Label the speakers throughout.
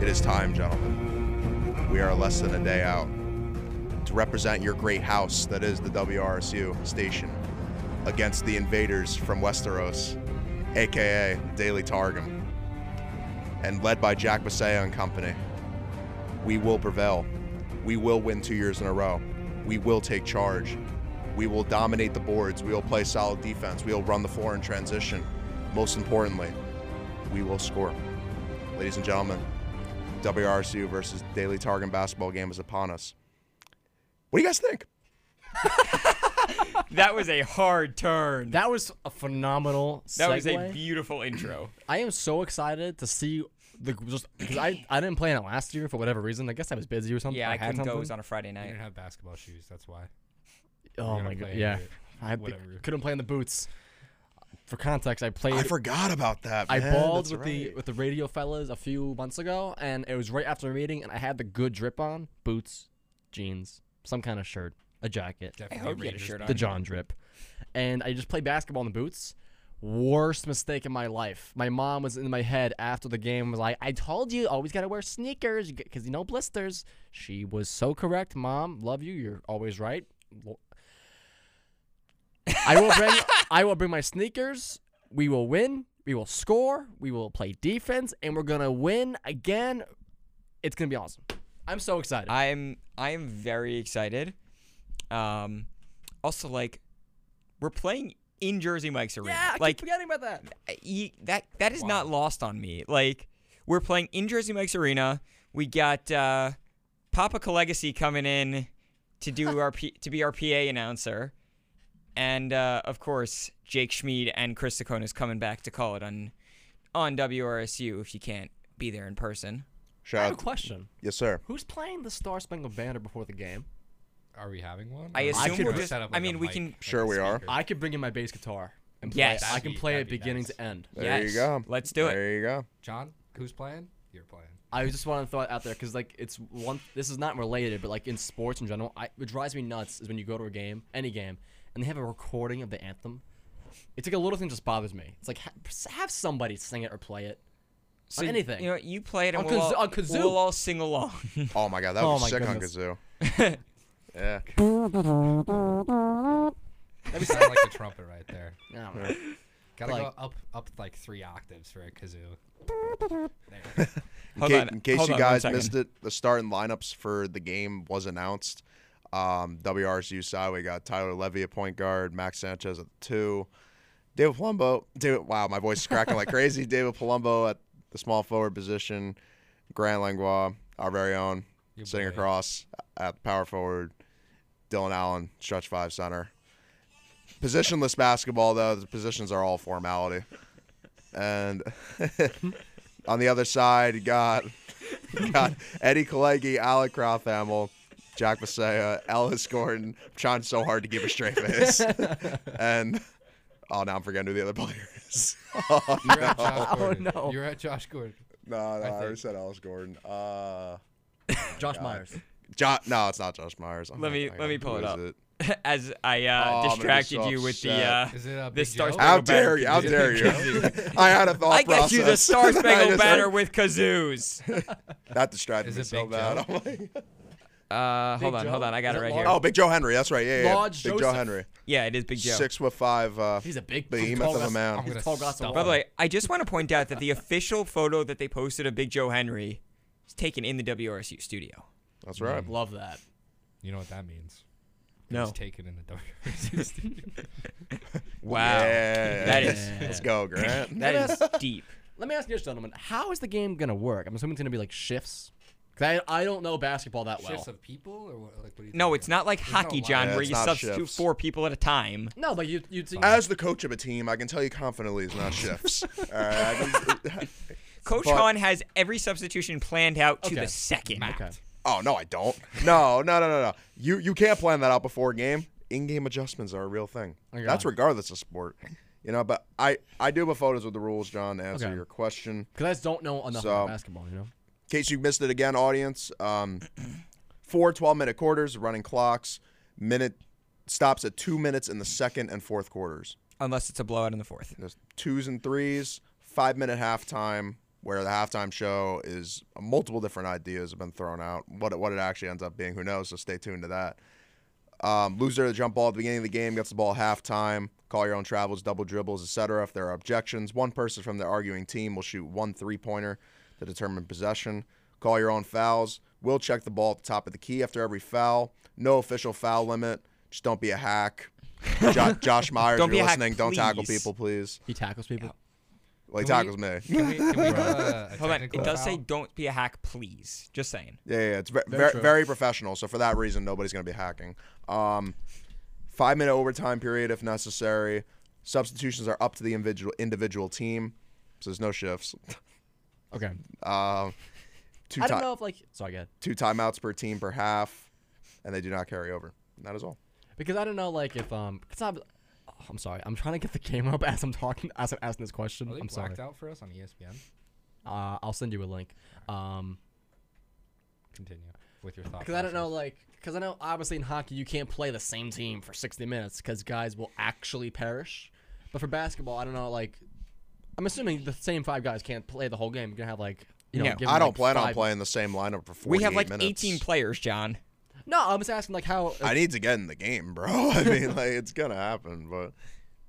Speaker 1: It is time, gentlemen. We are less than a day out to represent your great house that is the WRSU station against the invaders from Westeros, aka Daily Targum, and led by Jack Basea and company. We will prevail. We will win two years in a row. We will take charge. We will dominate the boards. We will play solid defense. We will run the floor in transition. Most importantly, we will score. Ladies and gentlemen, WRSU versus Daily Targum basketball game is upon us. What do you guys think?
Speaker 2: that was a hard turn.
Speaker 3: That was a phenomenal.
Speaker 2: That was a
Speaker 3: segue.
Speaker 2: beautiful intro.
Speaker 3: I am so excited to see the just 'cause I I didn't plan it last year for whatever reason. I guess I was busy or something.
Speaker 2: yeah, I,
Speaker 3: had
Speaker 2: couldn't go. It
Speaker 3: something.
Speaker 2: was on a Friday
Speaker 4: I
Speaker 2: night.
Speaker 4: didn't have basketball shoes. That's why.
Speaker 3: Oh
Speaker 4: You're
Speaker 3: my
Speaker 4: gonna
Speaker 3: god!
Speaker 4: play
Speaker 3: Yeah,
Speaker 4: it,
Speaker 3: I had the-
Speaker 4: whatever.
Speaker 3: couldn't play in the boots. For context, I played.
Speaker 1: I forgot about that.
Speaker 3: I
Speaker 1: man.
Speaker 3: balled
Speaker 1: That's
Speaker 3: with the
Speaker 1: right.
Speaker 3: with the radio fellas a few months ago, and it was right after a meeting, and I had the good drip on: boots, jeans, some kind of shirt, a jacket,
Speaker 4: Definitely
Speaker 2: hope you had a
Speaker 4: Rangers
Speaker 2: shirt
Speaker 4: basketball.
Speaker 3: the John drip, and I just played basketball in the boots. Worst mistake in my life. My mom was in my head after the game was like, "I told you, always gotta wear sneakers because you know blisters." She was so correct, mom. Love you. You're always right. Lo- I will bring. I will bring my sneakers. We will win. We will score. We will play defense, and we're gonna win again. It's gonna be awesome. I'm so excited.
Speaker 2: I'm I am very excited. Um, also like we're playing in Jersey Mike's arena.
Speaker 3: yeah, I
Speaker 2: like
Speaker 3: keep forgetting about that.
Speaker 2: y- that that is not lost on me. Like we're playing in Jersey Mike's arena. We got uh, Papa Colegacy coming in to do our P- to be our PA announcer, and uh, of course Jake Schmid and Chris Saccone is coming back to call it on on WRSU if you can't be there in person.
Speaker 3: I
Speaker 1: Shout
Speaker 3: have a
Speaker 1: out.
Speaker 3: question.
Speaker 1: Yes, sir.
Speaker 3: Who's playing the Star Spangled Banner before the game?
Speaker 4: Are we having one?
Speaker 2: I
Speaker 4: Or
Speaker 2: assume
Speaker 4: should
Speaker 3: we're
Speaker 4: we
Speaker 2: just-
Speaker 4: set up,
Speaker 2: I
Speaker 4: like, a
Speaker 2: mean, we
Speaker 4: mic,
Speaker 2: can-
Speaker 4: like a
Speaker 1: Sure we are.
Speaker 4: speaker?
Speaker 3: I could bring in my bass guitar. And play
Speaker 2: Yes.
Speaker 3: it. I can
Speaker 4: That'd
Speaker 3: play
Speaker 4: be-
Speaker 3: it
Speaker 4: that'd be
Speaker 3: beginning
Speaker 4: nice.
Speaker 3: to end.
Speaker 1: There
Speaker 2: yes,
Speaker 1: you go.
Speaker 2: Let's do it.
Speaker 1: There you go.
Speaker 4: John, who's playing? You're playing.
Speaker 3: I just want to throw it out there because like it's one. This is not related, but like in sports in general, I, what drives me nuts is when you go to a game, any game, and they have a recording of the anthem. It's like a little thing that just bothers me. It's like ha- have somebody sing it or play it.
Speaker 2: So
Speaker 3: on
Speaker 2: y-
Speaker 3: anything.
Speaker 2: You know, what, you play it and
Speaker 3: On
Speaker 2: we'll,
Speaker 3: kazoo-
Speaker 2: all,
Speaker 3: on kazoo.
Speaker 2: we'll all sing along.
Speaker 1: Oh my god, that
Speaker 3: Oh
Speaker 1: was
Speaker 3: my
Speaker 1: sick
Speaker 3: goodness.
Speaker 1: on kazoo. yeah.
Speaker 4: That sound like a trumpet right there.
Speaker 3: I don't know.
Speaker 4: Gotta
Speaker 3: Like-
Speaker 4: go up, up like three octaves for a kazoo.
Speaker 1: In,
Speaker 2: Hold
Speaker 1: ca-
Speaker 2: on,
Speaker 1: in case
Speaker 2: hold
Speaker 1: you
Speaker 2: on one
Speaker 1: guys
Speaker 2: second.
Speaker 1: missed it, the starting lineups for the game was announced. Um, WRSU side, we got Tyler Levy at point guard, Max Sanchez at two, David Palumbo. David, wow, my voice is cracking like crazy. David Palumbo at the small forward position, Grant Langlois, our very own,
Speaker 4: Your
Speaker 1: sitting
Speaker 4: boy.
Speaker 1: across at the power forward, Dylan Allen, stretch five center. Positionless basketball, though, the positions are all formality. And on the other side, you got, you got Eddie Kalegi, Alec Crothamill, Jack Masaya, Ellis Gordon. I'm trying so hard to give a straight face. and, oh, now I'm forgetting who the other player is. oh,
Speaker 4: You're at Josh Gordon.
Speaker 3: no.
Speaker 4: You're at Josh Gordon.
Speaker 1: no, no, I already
Speaker 4: think-
Speaker 1: said Ellis Gordon. Uh,
Speaker 3: Josh Myers.
Speaker 1: jo- no, it's not Josh Myers. Oh my
Speaker 2: Let me-
Speaker 1: God,
Speaker 2: let me pull
Speaker 1: who
Speaker 2: it
Speaker 1: is
Speaker 2: up. As I uh,
Speaker 1: Oh, I'm gonna be
Speaker 2: distracted
Speaker 1: so
Speaker 2: you with the
Speaker 1: upset.
Speaker 2: uh,
Speaker 4: Is it uh,
Speaker 2: the
Speaker 4: Big
Speaker 2: Star
Speaker 4: Joe?
Speaker 2: Spangled
Speaker 1: How
Speaker 2: Banner
Speaker 1: dare you? How
Speaker 2: kazoo.
Speaker 1: dare you? I had a thought
Speaker 2: I
Speaker 1: process.
Speaker 2: got you the Star
Speaker 1: I
Speaker 2: Spangled
Speaker 1: just-
Speaker 2: Banner with kazoos.
Speaker 1: That distracted
Speaker 4: Is
Speaker 1: me
Speaker 4: it
Speaker 1: so
Speaker 4: Big
Speaker 1: bad.
Speaker 4: Joe?
Speaker 1: I'm like-
Speaker 2: Uh, hold
Speaker 3: Big
Speaker 2: on,
Speaker 3: Joe?
Speaker 2: hold on. I got
Speaker 3: Is
Speaker 2: it
Speaker 3: it
Speaker 2: right
Speaker 3: Lawrence?
Speaker 2: here.
Speaker 1: oh, Big Joe Henry. That's right. Yeah, yeah.
Speaker 3: Lodge
Speaker 1: Big Joe
Speaker 3: Joseph.
Speaker 1: Henry.
Speaker 2: yeah, it is Big Joe.
Speaker 1: Six foot five. Uh,
Speaker 3: He's a big
Speaker 1: Behemoth
Speaker 3: tall
Speaker 1: of a
Speaker 3: guy.
Speaker 1: man.
Speaker 4: I'm
Speaker 3: He's
Speaker 4: gonna
Speaker 3: tall glass
Speaker 4: stop
Speaker 3: of
Speaker 2: By the
Speaker 3: water.
Speaker 2: way, I just want to point out that the official photo that they posted of Big Joe Henry is taken in the WRSU studio.
Speaker 1: that's right.
Speaker 3: Love that.
Speaker 4: You know what that means?
Speaker 2: No.
Speaker 4: It was taken in the WRC studio.
Speaker 2: Wow,
Speaker 1: Yeah.
Speaker 2: that is
Speaker 1: Let's go, Grant.
Speaker 2: that is deep.
Speaker 3: Let me ask you this, gentlemen. How is the game gonna work? I'm assuming it's gonna be like shifts. 'Cause I, I don't know basketball that well.
Speaker 4: Shifts of people or what, like what do you
Speaker 2: No,
Speaker 4: think?
Speaker 2: it's not like
Speaker 4: no
Speaker 2: hockey,
Speaker 4: line.
Speaker 2: John,
Speaker 1: Yeah,
Speaker 2: where
Speaker 1: it's
Speaker 2: you
Speaker 1: not
Speaker 2: substitute
Speaker 1: shifts.
Speaker 2: four people at a time.
Speaker 3: No, but you you think
Speaker 1: As the coach of a team, I can tell you confidently it's not shifts. All right. I can-
Speaker 2: Coach
Speaker 1: But-
Speaker 2: Hahn has every substitution planned out to
Speaker 3: Okay.
Speaker 2: the second.
Speaker 3: okay.
Speaker 1: oh no, I don't. No, no, no, no, no. You you can't plan that out before a game. In-game adjustments are a real thing.
Speaker 3: Okay.
Speaker 1: That's regardless of sport. You know, but I I do have photos with the rules, John, to answer
Speaker 3: Okay.
Speaker 1: your question.
Speaker 3: Because I just don't know enough
Speaker 1: So-
Speaker 3: about basketball, you know?
Speaker 1: in case you missed it again, audience, um, four 12 minute quarters, running clocks, minute stops at two minutes in the second and fourth quarters.
Speaker 2: Unless it's a blowout in the fourth.
Speaker 1: There's twos and threes, five minute halftime, where the halftime show is uh, multiple different ideas have been thrown out. What it, what it actually ends up being, who knows? So stay tuned to that. Um, loser of the jump ball at the beginning of the game gets the ball at halftime. Call your own travels, double dribbles, etc. If there are objections, one person from the arguing team will shoot one three pointer to determine possession. Call your own fouls. We'll check the ball at the top of the key after every foul. No official foul limit. Just don't be a hack. Jo- Josh Myers, if
Speaker 2: Don't be
Speaker 1: you're
Speaker 2: a hack,
Speaker 1: listening, don't tackle
Speaker 2: please.
Speaker 1: people, please.
Speaker 3: He tackles people.
Speaker 1: Well, he
Speaker 4: Can
Speaker 1: tackles
Speaker 4: we-
Speaker 1: me.
Speaker 4: Can we, can we do a, a
Speaker 2: Hold on. It
Speaker 4: technical
Speaker 2: does
Speaker 4: foul?
Speaker 2: say don't be a hack, please. Just saying.
Speaker 1: Yeah, yeah, it's very,
Speaker 3: Very
Speaker 1: very,
Speaker 3: true.
Speaker 1: professional. So for that reason, nobody's going to be hacking. Um, five minute overtime period if necessary. Substitutions are up to the individual individual team. So there's no shifts.
Speaker 3: Okay.
Speaker 1: Um, two
Speaker 3: I don't
Speaker 1: ti-
Speaker 3: know if like sorry, go ahead.
Speaker 1: two timeouts per team per half, and they do not carry over. And that is all.
Speaker 3: Because I don't know like if um because I'm oh, I'm sorry. I'm trying to get the camera up as I'm talking as I'm asking this question.
Speaker 1: Oh,
Speaker 4: Are they
Speaker 3: I'm sorry.
Speaker 4: blacked out for us on E ESPN?
Speaker 3: Uh, I'll send you a link. Um
Speaker 4: Continue with your thoughts.
Speaker 3: because I don't know like because I know obviously in hockey you can't play the same team for 60 minutes because guys will actually perish. But for basketball, I don't know like I'm assuming the same five guys can't play the whole game. You're gonna have like you know
Speaker 2: No,
Speaker 3: give
Speaker 1: I
Speaker 3: them,
Speaker 1: don't
Speaker 3: like,
Speaker 1: plan on
Speaker 3: five-
Speaker 1: playing the same lineup for 48
Speaker 2: We have like
Speaker 1: minutes.
Speaker 2: 18 players, John.
Speaker 3: No, I'm just asking like how
Speaker 1: I need to get in the game, bro. I mean, like it's gonna happen, but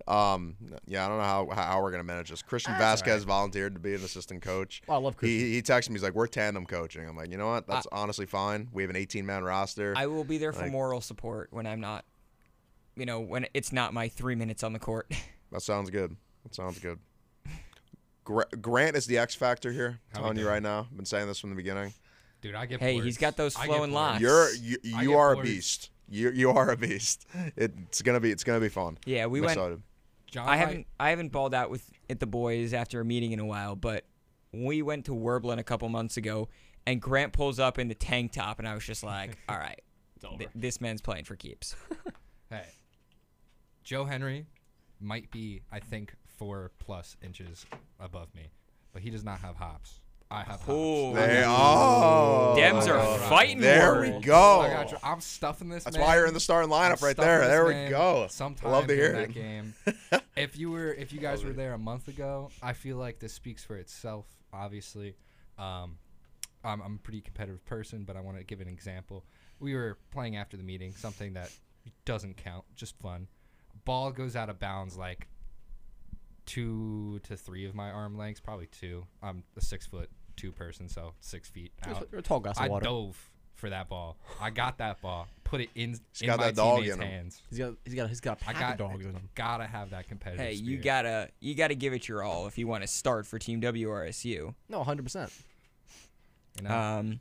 Speaker 1: um, yeah, I don't know how how we're gonna manage this. Christian Vasquez volunteered to be an assistant coach.
Speaker 3: Oh, I love Christian.
Speaker 1: He, he texted me, he's like, "We're tandem coaching." I'm like, you know what? That's honestly fine. We have an 18 man roster.
Speaker 2: I will be there for
Speaker 1: Like-
Speaker 2: moral support when I'm not, you know, when it's not my three minutes on the court.
Speaker 1: that sounds good. That sounds good. Gra- Grant is the X factor here. I'm
Speaker 4: How we
Speaker 1: telling you
Speaker 4: doing?
Speaker 1: right now. I've been saying this from the beginning.
Speaker 4: Dude, I get.
Speaker 2: Hey,
Speaker 4: bored.
Speaker 2: he's got those
Speaker 4: I get
Speaker 2: flowing
Speaker 4: bored.
Speaker 2: lines.
Speaker 1: You're you,
Speaker 4: I
Speaker 1: you
Speaker 4: get
Speaker 1: are a
Speaker 4: worried.
Speaker 1: beast. You you are a beast. It, it's gonna be it's gonna be fun.
Speaker 2: Yeah, we
Speaker 1: I'm
Speaker 2: went-
Speaker 1: excited.
Speaker 4: John
Speaker 2: I
Speaker 4: might-
Speaker 2: haven't I haven't balled out with at the boys after a meeting in a while, but we went to Werblin a couple months ago, and Grant pulls up in the tank top, and I was just like, all right, th- this man's playing for keeps.
Speaker 4: Hey, Joe Henry might be, I think, four plus inches above me, but he does not have hops. I have
Speaker 2: Ooh.
Speaker 4: hops.
Speaker 1: They oh
Speaker 2: Dems are
Speaker 4: Oh.
Speaker 2: fighting
Speaker 1: There we
Speaker 2: words.
Speaker 1: go.
Speaker 4: I got you. Oh I'm stuffing this.
Speaker 1: That's
Speaker 4: man.
Speaker 1: why you're in the starting
Speaker 4: I'm
Speaker 1: lineup right
Speaker 4: stuffing
Speaker 1: there.
Speaker 4: this
Speaker 1: There we
Speaker 4: man
Speaker 1: go.
Speaker 4: Sometime
Speaker 1: I love to
Speaker 4: in
Speaker 1: hear
Speaker 4: that
Speaker 1: it.
Speaker 4: game. if you were, if you guys were there a month ago, I feel like this speaks for itself. Obviously, um, I'm, I'm a pretty competitive person, but I want to give an example. We were playing after the meeting, something that doesn't count, just fun. Ball goes out of bounds like two to three of my arm lengths, probably two. I'm a six foot two person, so six feet out.
Speaker 3: You're a tall glass of
Speaker 4: I
Speaker 3: water.
Speaker 4: dove for that ball. I got that ball. Put it in, in
Speaker 1: got
Speaker 4: my
Speaker 1: that dog
Speaker 4: teammates'
Speaker 1: in him.
Speaker 4: hands.
Speaker 3: He's got he's got he's got a
Speaker 4: I
Speaker 3: pack
Speaker 4: got
Speaker 3: of dogs in him.
Speaker 4: Gotta have that competitive.
Speaker 2: hey, you
Speaker 4: spirit.
Speaker 2: gotta you gotta give it your all if you want to start for Team WRSU.
Speaker 3: No, 100%.
Speaker 4: You
Speaker 1: uh,
Speaker 4: know?
Speaker 2: Um,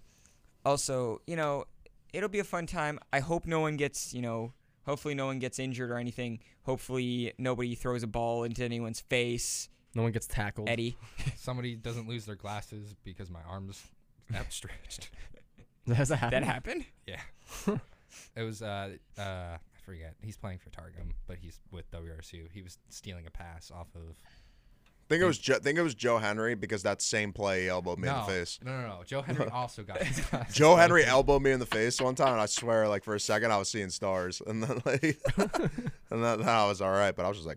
Speaker 2: also, you know, it'll be a fun time. I hope no one gets, you know, hopefully no one gets injured or anything. Hopefully nobody throws a ball into anyone's face.
Speaker 3: No one gets tackled.
Speaker 2: Eddie,
Speaker 4: Somebody doesn't lose their glasses because my arms outstretched.
Speaker 3: Has that happened?
Speaker 2: that happened?
Speaker 4: Yeah. it was uh uh I forget. He's playing for Targum, but he's with WRSU. He was stealing a pass off of
Speaker 1: Think it was jo- think it was Joe Henry because that same play he elbowed me in
Speaker 4: no,
Speaker 1: the face.
Speaker 4: no, no, no. Joe Henry also got his glasses.
Speaker 1: Joe Henry elbowed me in the face one time, and I swear, like for a second, I was seeing stars, and then like, and then, then I was all right, but I was just like,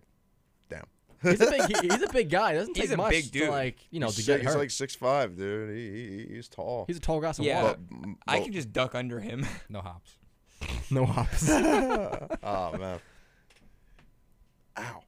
Speaker 1: damn.
Speaker 3: he's, a big, he- he's a big guy. It doesn't
Speaker 2: He's
Speaker 3: take
Speaker 2: a
Speaker 3: much
Speaker 2: big dude.
Speaker 3: to, like, you know,
Speaker 1: he's,
Speaker 3: to
Speaker 1: si-
Speaker 3: get
Speaker 1: he's
Speaker 3: hurt.
Speaker 1: like six five, dude. He, he, he's tall.
Speaker 3: he's a tall glass of
Speaker 2: Yeah.
Speaker 3: water.
Speaker 1: But- m-
Speaker 2: I
Speaker 1: but-
Speaker 2: can just duck under him.
Speaker 4: No hops.
Speaker 3: No hops.
Speaker 1: oh man. Ow!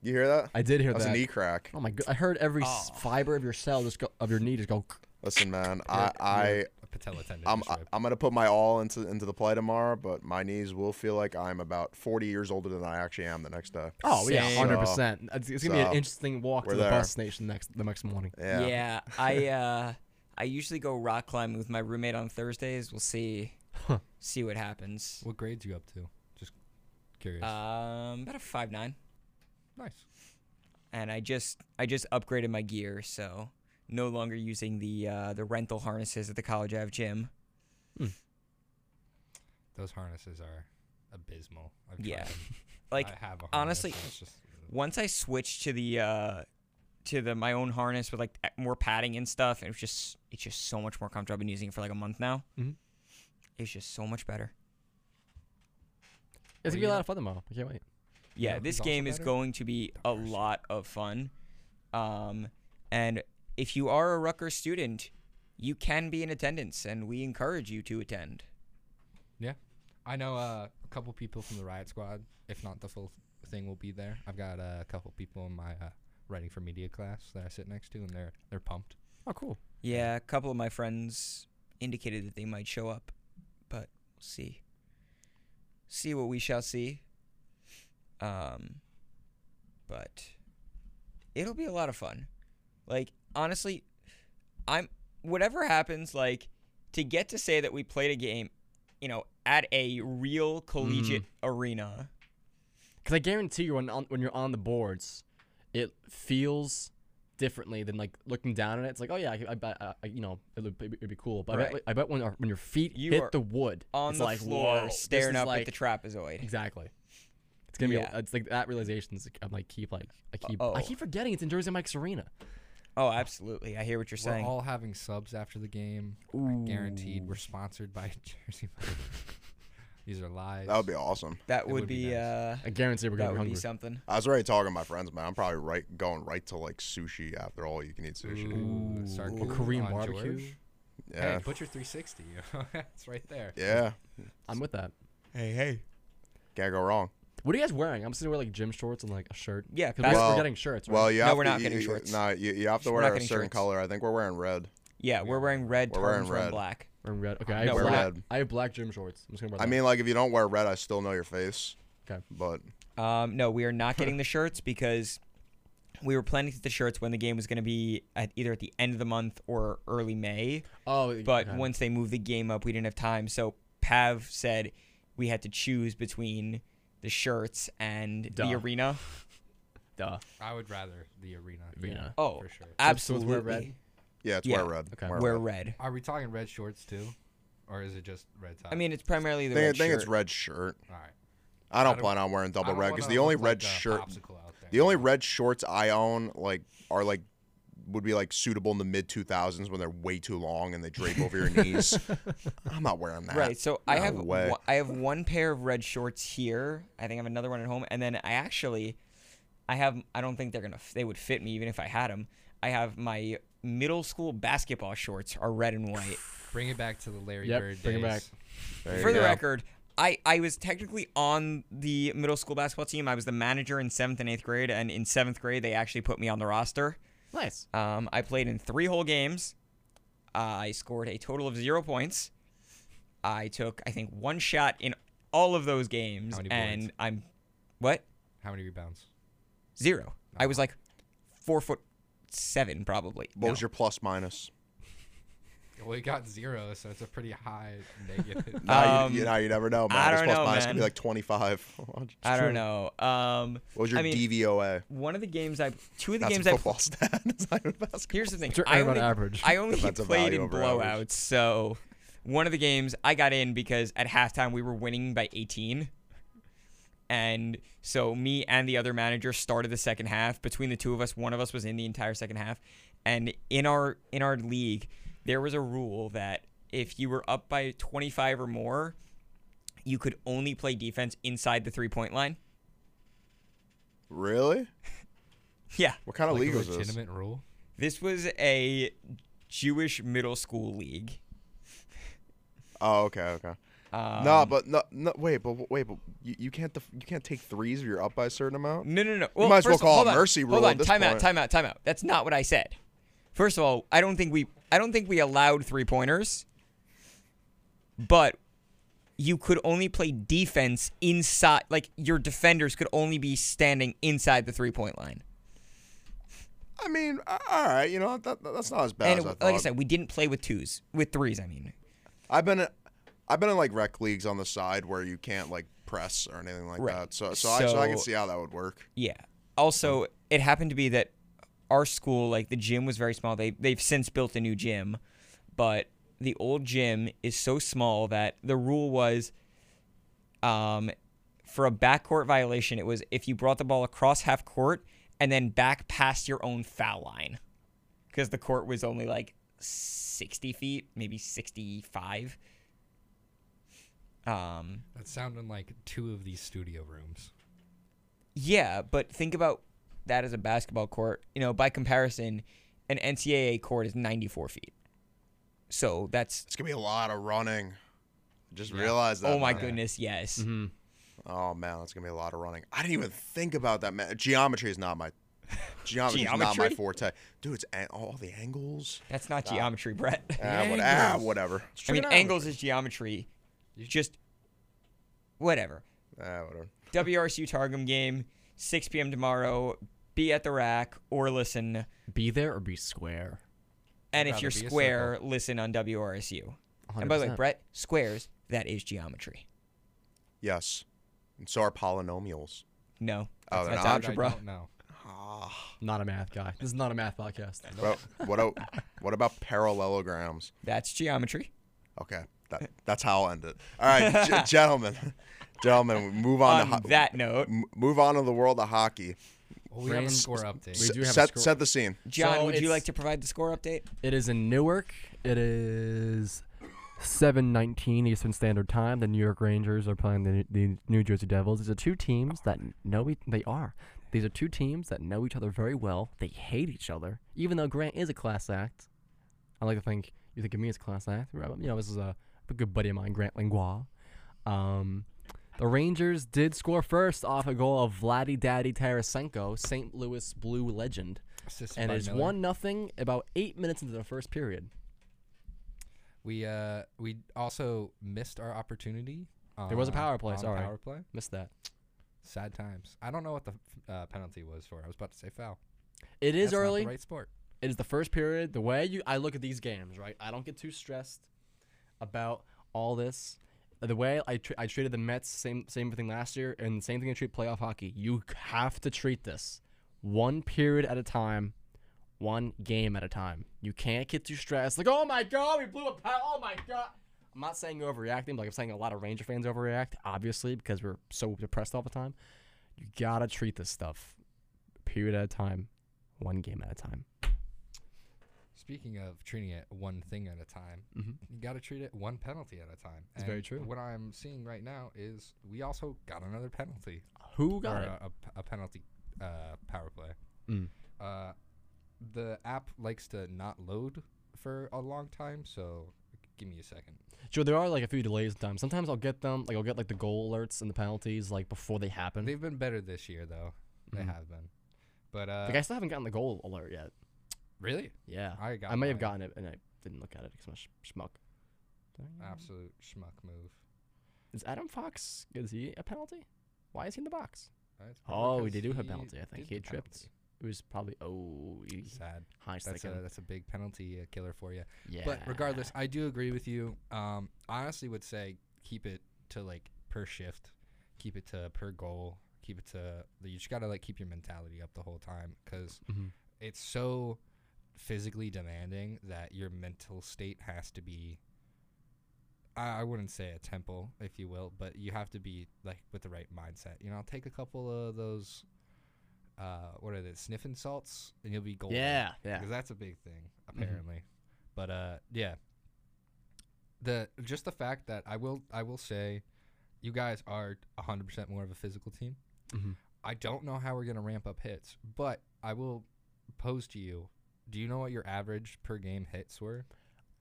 Speaker 1: You hear that?
Speaker 3: I did hear
Speaker 1: That's
Speaker 3: that.
Speaker 1: a knee crack.
Speaker 3: Oh my god! I heard every s
Speaker 2: Oh.
Speaker 3: fiber of your cell just go of your knee just go.
Speaker 1: Listen, man. I I
Speaker 4: A patella tendon.
Speaker 1: I'm uh,
Speaker 4: just
Speaker 1: I-
Speaker 4: ripped.
Speaker 1: I'm gonna put my all into into the play tomorrow, but my knees will feel like I'm about 40 years older than I actually am the next day.
Speaker 3: Oh yeah,
Speaker 2: Same.
Speaker 3: hundred percent. It's, it's gonna be
Speaker 1: So,
Speaker 3: an interesting walk to
Speaker 1: we're
Speaker 3: the
Speaker 1: there.
Speaker 3: bus station next the next morning.
Speaker 1: Yeah.
Speaker 2: I uh I usually go rock climbing with my roommate on Thursdays. We'll see
Speaker 3: Huh.
Speaker 2: see what happens.
Speaker 4: What grades you up to? Just curious.
Speaker 1: Uh,
Speaker 2: Um about a five nine.
Speaker 4: nice.
Speaker 2: And I just I just upgraded my gear, so no longer using the uh, the rental harnesses at the college I have gym.
Speaker 4: Those harnesses are abysmal. I've tried
Speaker 2: Yeah.
Speaker 4: them.
Speaker 2: Like
Speaker 4: I have a harness,
Speaker 2: honestly,
Speaker 4: and it's just,
Speaker 2: once I switched to the uh to the my own harness with like a- more padding and stuff, it was just it's just so much more comfortable. I've been using it for like a month now.
Speaker 3: Mhm.
Speaker 2: It's just so much better.
Speaker 3: It's gonna
Speaker 4: you
Speaker 3: be a
Speaker 4: know-
Speaker 3: lot of fun tomorrow. I can't wait.
Speaker 2: Yeah,
Speaker 4: know
Speaker 2: this
Speaker 4: who's also
Speaker 2: game is
Speaker 4: better?
Speaker 2: going to be a
Speaker 4: Darcy.
Speaker 2: lot of fun. Um and if you are a Rutgers student, you can be in attendance, and we encourage you to attend.
Speaker 4: Yeah. I know uh, a couple people from the Riot Squad. If not the full thing, will be there. I've got uh, a couple people in my uh, writing for media class that I sit next to, and they're they're pumped.
Speaker 3: Oh, cool.
Speaker 2: Yeah, a couple of my friends indicated that they might show up, but we'll see. See what we shall see. Um, but it'll be a lot of fun. Like honestly, I'm whatever happens. Like to get to say that we played a game, you know, at a real collegiate
Speaker 3: Mm.
Speaker 2: arena.
Speaker 3: Because I guarantee you, when on, when you're on the boards, it feels differently than like looking down on it. It's like, oh yeah, I, I, bet- I, I you know, it would, it'd be cool. But I,
Speaker 2: Right.
Speaker 3: bet, I bet when our, when your feet
Speaker 2: You are
Speaker 3: hit the wood,
Speaker 2: On
Speaker 3: it's
Speaker 2: the
Speaker 3: like,
Speaker 2: floor,
Speaker 3: whoa, this
Speaker 2: staring
Speaker 3: is
Speaker 2: up
Speaker 3: like,
Speaker 2: at the trapezoid.
Speaker 3: Exactly. It's gonna be.
Speaker 2: Yeah.
Speaker 3: a- It's like that realization. Is, I'm like keep like I keep
Speaker 2: Uh-oh.
Speaker 3: I keep forgetting it's in Jersey Mike's Arena.
Speaker 2: Oh, absolutely. I hear what you're saying.
Speaker 4: We're all having subs after the game. I guaranteed. We're sponsored by Jersey Mike's. These are lies.
Speaker 1: That would be awesome.
Speaker 2: that
Speaker 4: it
Speaker 2: would,
Speaker 4: would
Speaker 2: be,
Speaker 4: be nice.
Speaker 2: uh,
Speaker 3: I guarantee we're
Speaker 2: that
Speaker 3: gonna
Speaker 2: would
Speaker 3: be hungry.
Speaker 2: be something.
Speaker 1: I was already talking to my friends, man. I'm probably right going right to like sushi after all you can eat sushi.
Speaker 4: Ooh, Sarku
Speaker 3: Korean
Speaker 4: on
Speaker 3: barbecue.
Speaker 4: George.
Speaker 1: Yeah.
Speaker 4: Mm, Hey, Butcher 360. it's right there.
Speaker 1: yeah.
Speaker 3: I'm with that.
Speaker 2: Hey, hey.
Speaker 1: Can't go wrong.
Speaker 3: What are you guys wearing? I'm sitting wearing like gym shorts and like a shirt.
Speaker 2: Yeah,
Speaker 3: 'Cause we're,
Speaker 1: Well-
Speaker 3: we're getting shirts. Right?
Speaker 1: Well, you
Speaker 2: No,
Speaker 1: have
Speaker 2: we're
Speaker 1: to,
Speaker 2: not
Speaker 1: you-
Speaker 2: getting
Speaker 1: you-
Speaker 2: shorts.
Speaker 1: No, you, you have to
Speaker 2: We're
Speaker 1: wear
Speaker 2: not
Speaker 1: a
Speaker 2: getting
Speaker 1: certain
Speaker 2: shirts.
Speaker 1: color. I think we're wearing red.
Speaker 2: Yeah, we're wearing red.
Speaker 1: We're wearing
Speaker 2: Tom's wearing
Speaker 1: red.
Speaker 2: black.
Speaker 3: wearing red. Okay, I
Speaker 4: I'm
Speaker 3: have
Speaker 1: wearing
Speaker 3: black.
Speaker 1: red.
Speaker 3: I have black gym shorts. I'm just gonna wear.
Speaker 1: I
Speaker 3: that.
Speaker 1: mean, like if you don't wear red, I still know your face.
Speaker 3: Okay.
Speaker 1: But
Speaker 2: Um, no, we are not getting the shirts because we were planning to get the shirts when the game was going to be at either at the end of the month or early May.
Speaker 3: oh,
Speaker 2: But
Speaker 3: okay.
Speaker 2: once they moved the game up, we didn't have time. So Pav said we had to choose between the shirts and the
Speaker 3: Duh.
Speaker 2: arena.
Speaker 3: Duh.
Speaker 4: I would rather the arena.
Speaker 3: Arena.
Speaker 2: Oh,
Speaker 4: for sure.
Speaker 3: So it's
Speaker 2: absolutely.
Speaker 3: wear red?
Speaker 1: yeah, it's
Speaker 2: Yeah.
Speaker 1: wear red.
Speaker 3: Okay.
Speaker 1: Wear
Speaker 2: Wear
Speaker 1: red.
Speaker 2: red.
Speaker 4: Are we talking red shorts too, or is it just red top?
Speaker 2: I mean, it's primarily
Speaker 1: I
Speaker 2: the
Speaker 1: think,
Speaker 2: red
Speaker 1: I think
Speaker 2: shirt.
Speaker 1: it's red shirt.
Speaker 4: all right.
Speaker 1: I don't
Speaker 4: don't-
Speaker 1: plan on wearing double
Speaker 4: I don't
Speaker 1: red because
Speaker 4: wanna
Speaker 1: the only
Speaker 4: look
Speaker 1: red
Speaker 4: like a
Speaker 1: shirt,
Speaker 4: popsicle out there.
Speaker 1: the only red shorts I own, like are like would be like suitable in the mid 2000s when they're way too long and they drape over your knees. I'm not wearing that.
Speaker 2: Right. So I
Speaker 1: No
Speaker 2: have
Speaker 1: way.
Speaker 2: one, I have one pair of red shorts here. I think I have another one at home, and then I actually, I have I don't think they're gonna f- they would fit me even if I had them. I have my middle school basketball shorts are red and white.
Speaker 4: Bring it back to the Larry
Speaker 3: Yep,
Speaker 4: Bird
Speaker 3: bring it
Speaker 4: days.
Speaker 3: back.
Speaker 1: There you
Speaker 2: For the
Speaker 1: go.
Speaker 2: record, I I was technically on the middle school basketball team. I was the manager in seventh and eighth grade, and in seventh grade they actually put me on the roster.
Speaker 3: Nice.
Speaker 2: Um, I played in three whole games. I scored a total of zero points. I took, I think, one shot in all of those games,
Speaker 4: How many
Speaker 2: and
Speaker 4: boards?
Speaker 2: I'm what
Speaker 4: How many rebounds?
Speaker 2: zero. I was like four foot seven, probably.
Speaker 1: What
Speaker 2: No.
Speaker 1: was your plus minus?
Speaker 4: Well, he got zero, so it's a pretty high negative.
Speaker 1: Nah,
Speaker 2: Um,
Speaker 1: you, you, nah, you never know, man.
Speaker 2: I
Speaker 1: His
Speaker 2: don't
Speaker 1: plus
Speaker 2: know,
Speaker 1: minus could
Speaker 2: man.
Speaker 1: be like 25. what
Speaker 2: I don't know. Um,
Speaker 1: was your
Speaker 2: I mean,
Speaker 1: DVOA?
Speaker 2: one of the games I, two of the
Speaker 1: That's
Speaker 2: games
Speaker 1: a
Speaker 2: I.
Speaker 1: football stat. It's not even basketball.
Speaker 2: Here's the thing.
Speaker 3: It's your
Speaker 2: I
Speaker 3: aim on
Speaker 2: only,
Speaker 3: average.
Speaker 2: I only
Speaker 1: Defensive
Speaker 2: played
Speaker 1: value
Speaker 2: in
Speaker 1: over
Speaker 2: blowouts,
Speaker 1: average.
Speaker 2: so one of the games I got in because at halftime we were winning by 18. And so me and the other manager started the second half. Between the two of us, one of us was in the entire second half. And in our in our league, there was a rule that if you were up by 25 or more, you could only play defense inside the three-point line.
Speaker 1: Really?
Speaker 2: Yeah.
Speaker 1: What kind of
Speaker 4: like
Speaker 1: league
Speaker 4: a
Speaker 1: was this?
Speaker 4: legitimate rule.
Speaker 2: This was a Jewish middle school league.
Speaker 1: Oh, okay, okay.
Speaker 2: Um,
Speaker 1: no, but no, no. Wait, but wait, but you, you can't def- you can't take threes if you're up by a certain amount.
Speaker 2: No, no, no. Well,
Speaker 1: might as well
Speaker 2: first of
Speaker 1: call
Speaker 2: all- hold
Speaker 1: it
Speaker 2: on,
Speaker 1: mercy rule
Speaker 2: Hold
Speaker 1: at
Speaker 2: on,
Speaker 1: this
Speaker 2: time out,
Speaker 1: point.
Speaker 2: time out, time out. That's not what I said. First of all, I don't think we, I don't think we allowed three pointers, but you could only play defense inside. Like your defenders could only be standing inside the three point line.
Speaker 1: I mean, a- all right, you know that, that- that's not as bad
Speaker 2: and
Speaker 1: as I
Speaker 2: it-
Speaker 1: thought.
Speaker 2: like I said, we didn't play with twos, with threes. I mean,
Speaker 1: I've been, in- I've been in like rec leagues on the side where you can't like press or anything like
Speaker 2: Right.
Speaker 1: that. So, so, I, so I can
Speaker 2: So-
Speaker 1: see how that would work.
Speaker 2: yeah. Also, it happened to be that our school, like the gym, was very small. They they've since built a new gym, but the old gym is so small that the rule was um, for a backcourt violation, it was if you brought the ball across half court and then back past your own foul line, because the court was only like sixty feet, maybe sixty-five. Um,
Speaker 4: That's sounding like two of these studio rooms.
Speaker 2: yeah, but think about that as a basketball court. You know, by comparison, an NCAA court is 94 feet. So that's
Speaker 1: It's gonna be a lot of running. Just realized that.
Speaker 2: oh my
Speaker 1: now.
Speaker 2: goodness, yes.
Speaker 4: Mm-hmm.
Speaker 3: Mm-hmm.
Speaker 1: Oh man, that's gonna be a lot of running. I didn't even think about that. Man, geometry is not my. Geometry is not my
Speaker 2: Geometry?
Speaker 1: forte, dude. It's an- all the angles.
Speaker 2: That's not geometry, Brett.
Speaker 1: Ah, what, ah, whatever.
Speaker 2: I mean, angles is geometry. Just whatever.
Speaker 1: Ah, whatever.
Speaker 2: WRSU Targum game, 6 p.m. tomorrow. Be at the rack or listen.
Speaker 3: Be there or be square.
Speaker 2: And if
Speaker 4: rather
Speaker 2: you're
Speaker 4: be a
Speaker 2: square, listen on WRSU. And by the way,
Speaker 3: 100%.
Speaker 2: Brett, squares, that is geometry.
Speaker 1: Yes. And so are polynomials.
Speaker 2: No.
Speaker 1: Oh, they're
Speaker 2: that's
Speaker 1: not?
Speaker 2: algebra.
Speaker 4: No.
Speaker 2: Ah.
Speaker 3: Not a math guy. This is not a math podcast.
Speaker 1: Well, what o- what about parallelograms?
Speaker 2: That's geometry.
Speaker 1: Okay, that, that's how I'll end it. All right, g- gentlemen, gentlemen, we move on,
Speaker 2: On
Speaker 1: to ho-
Speaker 2: that note,
Speaker 1: m- move on to the world of hockey.
Speaker 4: Well, we have a
Speaker 3: Friends-
Speaker 4: score update.
Speaker 3: We do have a
Speaker 1: set
Speaker 3: score-
Speaker 1: set the scene.
Speaker 2: John,
Speaker 3: So
Speaker 2: would you
Speaker 3: it's-
Speaker 2: like to provide the score update?
Speaker 3: It is in Newark. It is 7:19 Eastern Standard Time. The New York Rangers are playing the, the New Jersey Devils. These are two teams that know each they are. These are two teams that know each other very well. They hate each other, even though Grant is a class act. I like to think you think of me as a class act. right? You know, this is a, a good buddy of mine, Grant Langlois. Um, the Rangers did score first off a goal of Vladdy Daddy Tarasenko, St. Louis Blue legend
Speaker 4: Assisted
Speaker 3: and
Speaker 4: by
Speaker 3: it's
Speaker 4: Miller.
Speaker 3: one nothing about eight minutes into the first period.
Speaker 4: We uh we also missed our opportunity.
Speaker 3: There was a
Speaker 4: on-
Speaker 3: power play,
Speaker 4: on
Speaker 3: sorry.
Speaker 4: Power play.
Speaker 3: Missed that.
Speaker 4: Sad times. I don't know what the f- uh, penalty was for. I was about to say foul.
Speaker 3: It is
Speaker 4: That's not the
Speaker 3: early.
Speaker 4: right sport.
Speaker 3: It is the first period. The way you I look at these games, right? I don't get too stressed about all this. The way I tr- I treated the Mets, same same thing last year, and same thing I treat playoff hockey. You have to treat this one period at a time, one game at a time. You can't get too stressed. Like, oh my god, we blew a pile. Oh my god. I'm not saying you're overreacting, but like I'm saying a lot of Ranger fans overreact, obviously, because we're so depressed all the time. You gotta treat this stuff period at a time, one game at a time.
Speaker 4: Speaking of treating it one thing at a time,
Speaker 3: Mm-hmm.
Speaker 4: you got to treat it one penalty at a time.
Speaker 3: It's very
Speaker 4: And
Speaker 3: true.
Speaker 4: What I'm seeing right now is we also got another penalty
Speaker 3: Who
Speaker 4: or
Speaker 3: got it?
Speaker 4: a, a penalty uh, power play.
Speaker 3: Mm.
Speaker 4: Uh, the app likes to not load for a long time, so give me a second.
Speaker 3: Joe, there are like a few delays sometimes. Sometimes I'll get them, like I'll get like the goal alerts and the penalties like before they happen. Mm-hmm.
Speaker 4: They've been better this year, though. They have been. But uh,
Speaker 3: like I still haven't gotten the goal alert yet.
Speaker 4: really,
Speaker 3: Yeah,
Speaker 4: I got
Speaker 3: I may have
Speaker 4: mine.
Speaker 3: gotten it and I didn't look at it because I'm a sh- schmuck.
Speaker 4: absolute schmuck move.
Speaker 3: Is Adam Fox? Is he a penalty? Why is he in the box?
Speaker 4: That's
Speaker 3: Oh,
Speaker 4: because
Speaker 3: they do have
Speaker 4: he
Speaker 3: penalty. I think
Speaker 4: did
Speaker 3: he
Speaker 4: the
Speaker 3: tripped. It was probably oh he-
Speaker 4: penalty. Sad.
Speaker 3: high
Speaker 4: That's
Speaker 3: sticking.
Speaker 4: a, that's a big penalty uh, killer for you.
Speaker 3: yeah.
Speaker 4: But regardless, I do agree with you. Um, I honestly would say keep it to like per shift, keep it to per goal, keep it to you just gotta like keep your mentality up the whole time because
Speaker 3: Mhm.
Speaker 4: it's so physically demanding that your mental state has to be. I I wouldn't say a temple, if you will, but you have to be like with the right mindset. You know, take a couple of those, uh, what are they, sniffing salts, and you'll be golden
Speaker 3: yeah, yeah. Mm-hmm.
Speaker 4: because that's a big thing apparently. But uh, yeah, the just the fact that I will I will say, you guys are 100 percent more of a physical team.
Speaker 3: Mhm.
Speaker 4: I don't know how we're gonna ramp up hits, but I will pose to you: Do you know what your average per game hits were?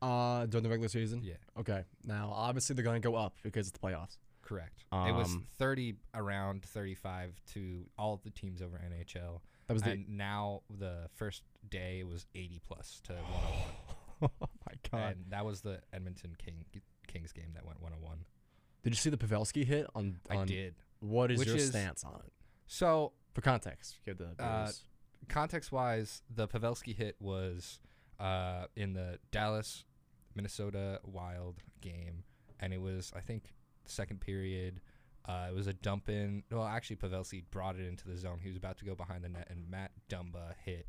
Speaker 3: Uh, during the regular season.
Speaker 4: Yeah,
Speaker 3: Okay. Now, obviously, they're gonna go up because it's the playoffs.
Speaker 4: correct. it was
Speaker 3: Um,
Speaker 4: 30 around 35 to all of the teams over NHL,
Speaker 3: That was the.
Speaker 4: and now the first day it was 80 plus to 101.
Speaker 3: oh my god.
Speaker 4: And that was the Edmonton King Kings game that went 101.
Speaker 3: Did you see the Pavelski hit on?
Speaker 4: I
Speaker 3: on-
Speaker 4: did.
Speaker 3: What is
Speaker 4: Which
Speaker 3: your
Speaker 4: is-
Speaker 3: stance on it?
Speaker 4: So
Speaker 3: For context, give the
Speaker 4: Uh,
Speaker 3: viewers.
Speaker 4: context wise, the Pavelski hit was uh, in the Dallas Minnesota Wild game, and it was I think second period. Uh, it was a dump in. Well, actually, Pavelski brought it into the zone. He was about to go behind the net, and Matt Dumba hit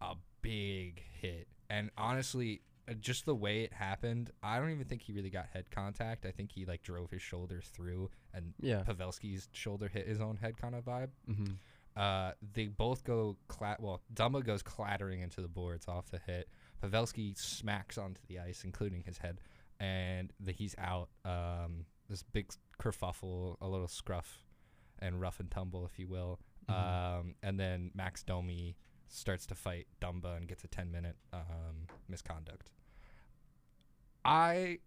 Speaker 4: a big hit. And honestly, uh, just the way it happened, I don't even think he really got head contact. I think he like drove his shoulder through, and
Speaker 3: yeah.
Speaker 4: Pavelski's shoulder hit his own head kind of vibe
Speaker 3: Mm-hmm.
Speaker 4: uh, they both go clat. Well, Dumba goes clattering into the boards off the hit. Pavelski smacks onto the ice, including his head, and the, he's out. Um, this big kerfuffle, a little scruff, and rough and tumble, if you will. Um, and then Max Domi starts to fight Dumba and gets a 10 minute um, misconduct. I,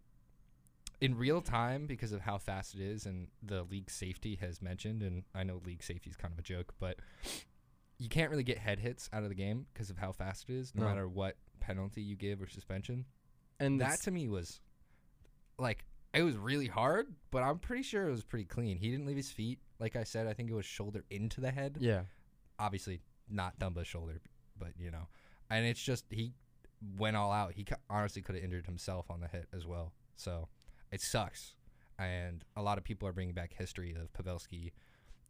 Speaker 4: in real time, because of how fast it is, and the league safety has mentioned, and I know league safety is kind of a joke, but you can't really get head hits out of the game because of how fast it is, no,
Speaker 3: No.
Speaker 4: matter what penalty you give or suspension.
Speaker 3: And
Speaker 4: That
Speaker 3: that's
Speaker 4: to me was like, it was really hard, but I'm pretty sure it was pretty clean. He didn't leave his feet. Like I said, I think it was shoulder into the head
Speaker 3: yeah.
Speaker 4: obviously not Dumba's shoulder, but you know, and it's just he went all out. He cou- honestly could have injured himself on the hit as well. So it sucks, and a lot of people are bringing back history of Pavelski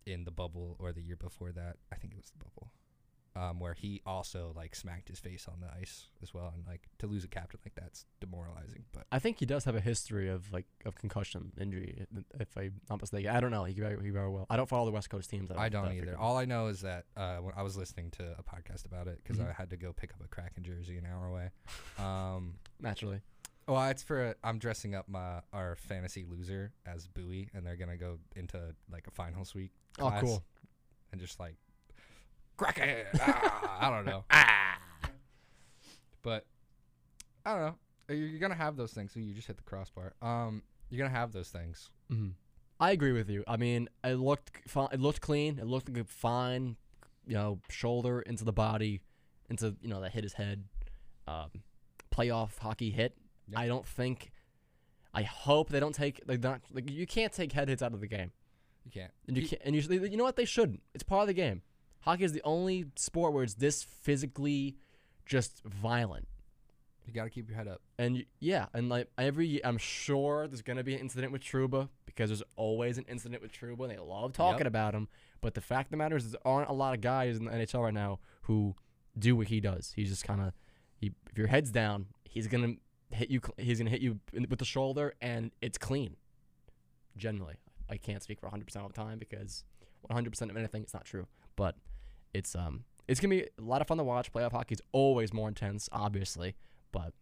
Speaker 4: in the bubble or the year before that. I think it was the bubble. Um, where he also like smacked his face on the ice as well, and like to lose a captain like that's demoralizing. But
Speaker 3: I think he does have a history of like of concussion injury, if I'm not mistaken. I don't know. He very, he very well. I don't follow the West Coast teams.
Speaker 4: I don't either.
Speaker 3: frequently.
Speaker 4: All I know is that uh, when I was listening to a podcast about it because
Speaker 3: Mhm.
Speaker 4: I had to go pick up a Kraken jersey an hour away. Um,
Speaker 3: Naturally.
Speaker 4: Well, it's for I'm dressing up my our fantasy loser as Bowie, and they're gonna go into like a finals week.
Speaker 3: Oh,
Speaker 4: class
Speaker 3: cool.
Speaker 4: And just like crack it. ah, I don't know. Ah. But I don't know. Uh, You're gonna have those things. You just hit the crossbar. Um, you're gonna have those things.
Speaker 3: hmm I agree with you. I mean, it looked c- fi- it looked clean. It looked like a fine, you know, shoulder into the body, into you know that hit his head, um, playoff hockey hit.
Speaker 4: Yeah.
Speaker 3: I don't think. I hope they don't take like not like you can't take head hits out of the game,
Speaker 4: You can't.
Speaker 3: and you
Speaker 4: Ye-
Speaker 3: can't and you should- you know what they shouldn't. It's part of the game. Hockey is the only sport where it's this physically, just violent.
Speaker 4: You gotta keep your head up.
Speaker 3: And y- yeah, and like every year, I'm sure there's gonna be an incident with Truba because there's always an incident with Truba, and they love talking about him. But the fact of the matter is, there aren't a lot of guys in the NHL right now who do what he does. He's just kind of, he, if your head's down, he's gonna hit you. cl- He's gonna hit you in- with the shoulder, and it's clean. Generally, I can't speak for 100 percent of the time because 100 percent of anything it's not true. But it's um, it's gonna be a lot of fun to watch. Playoff hockey is always more intense, obviously, but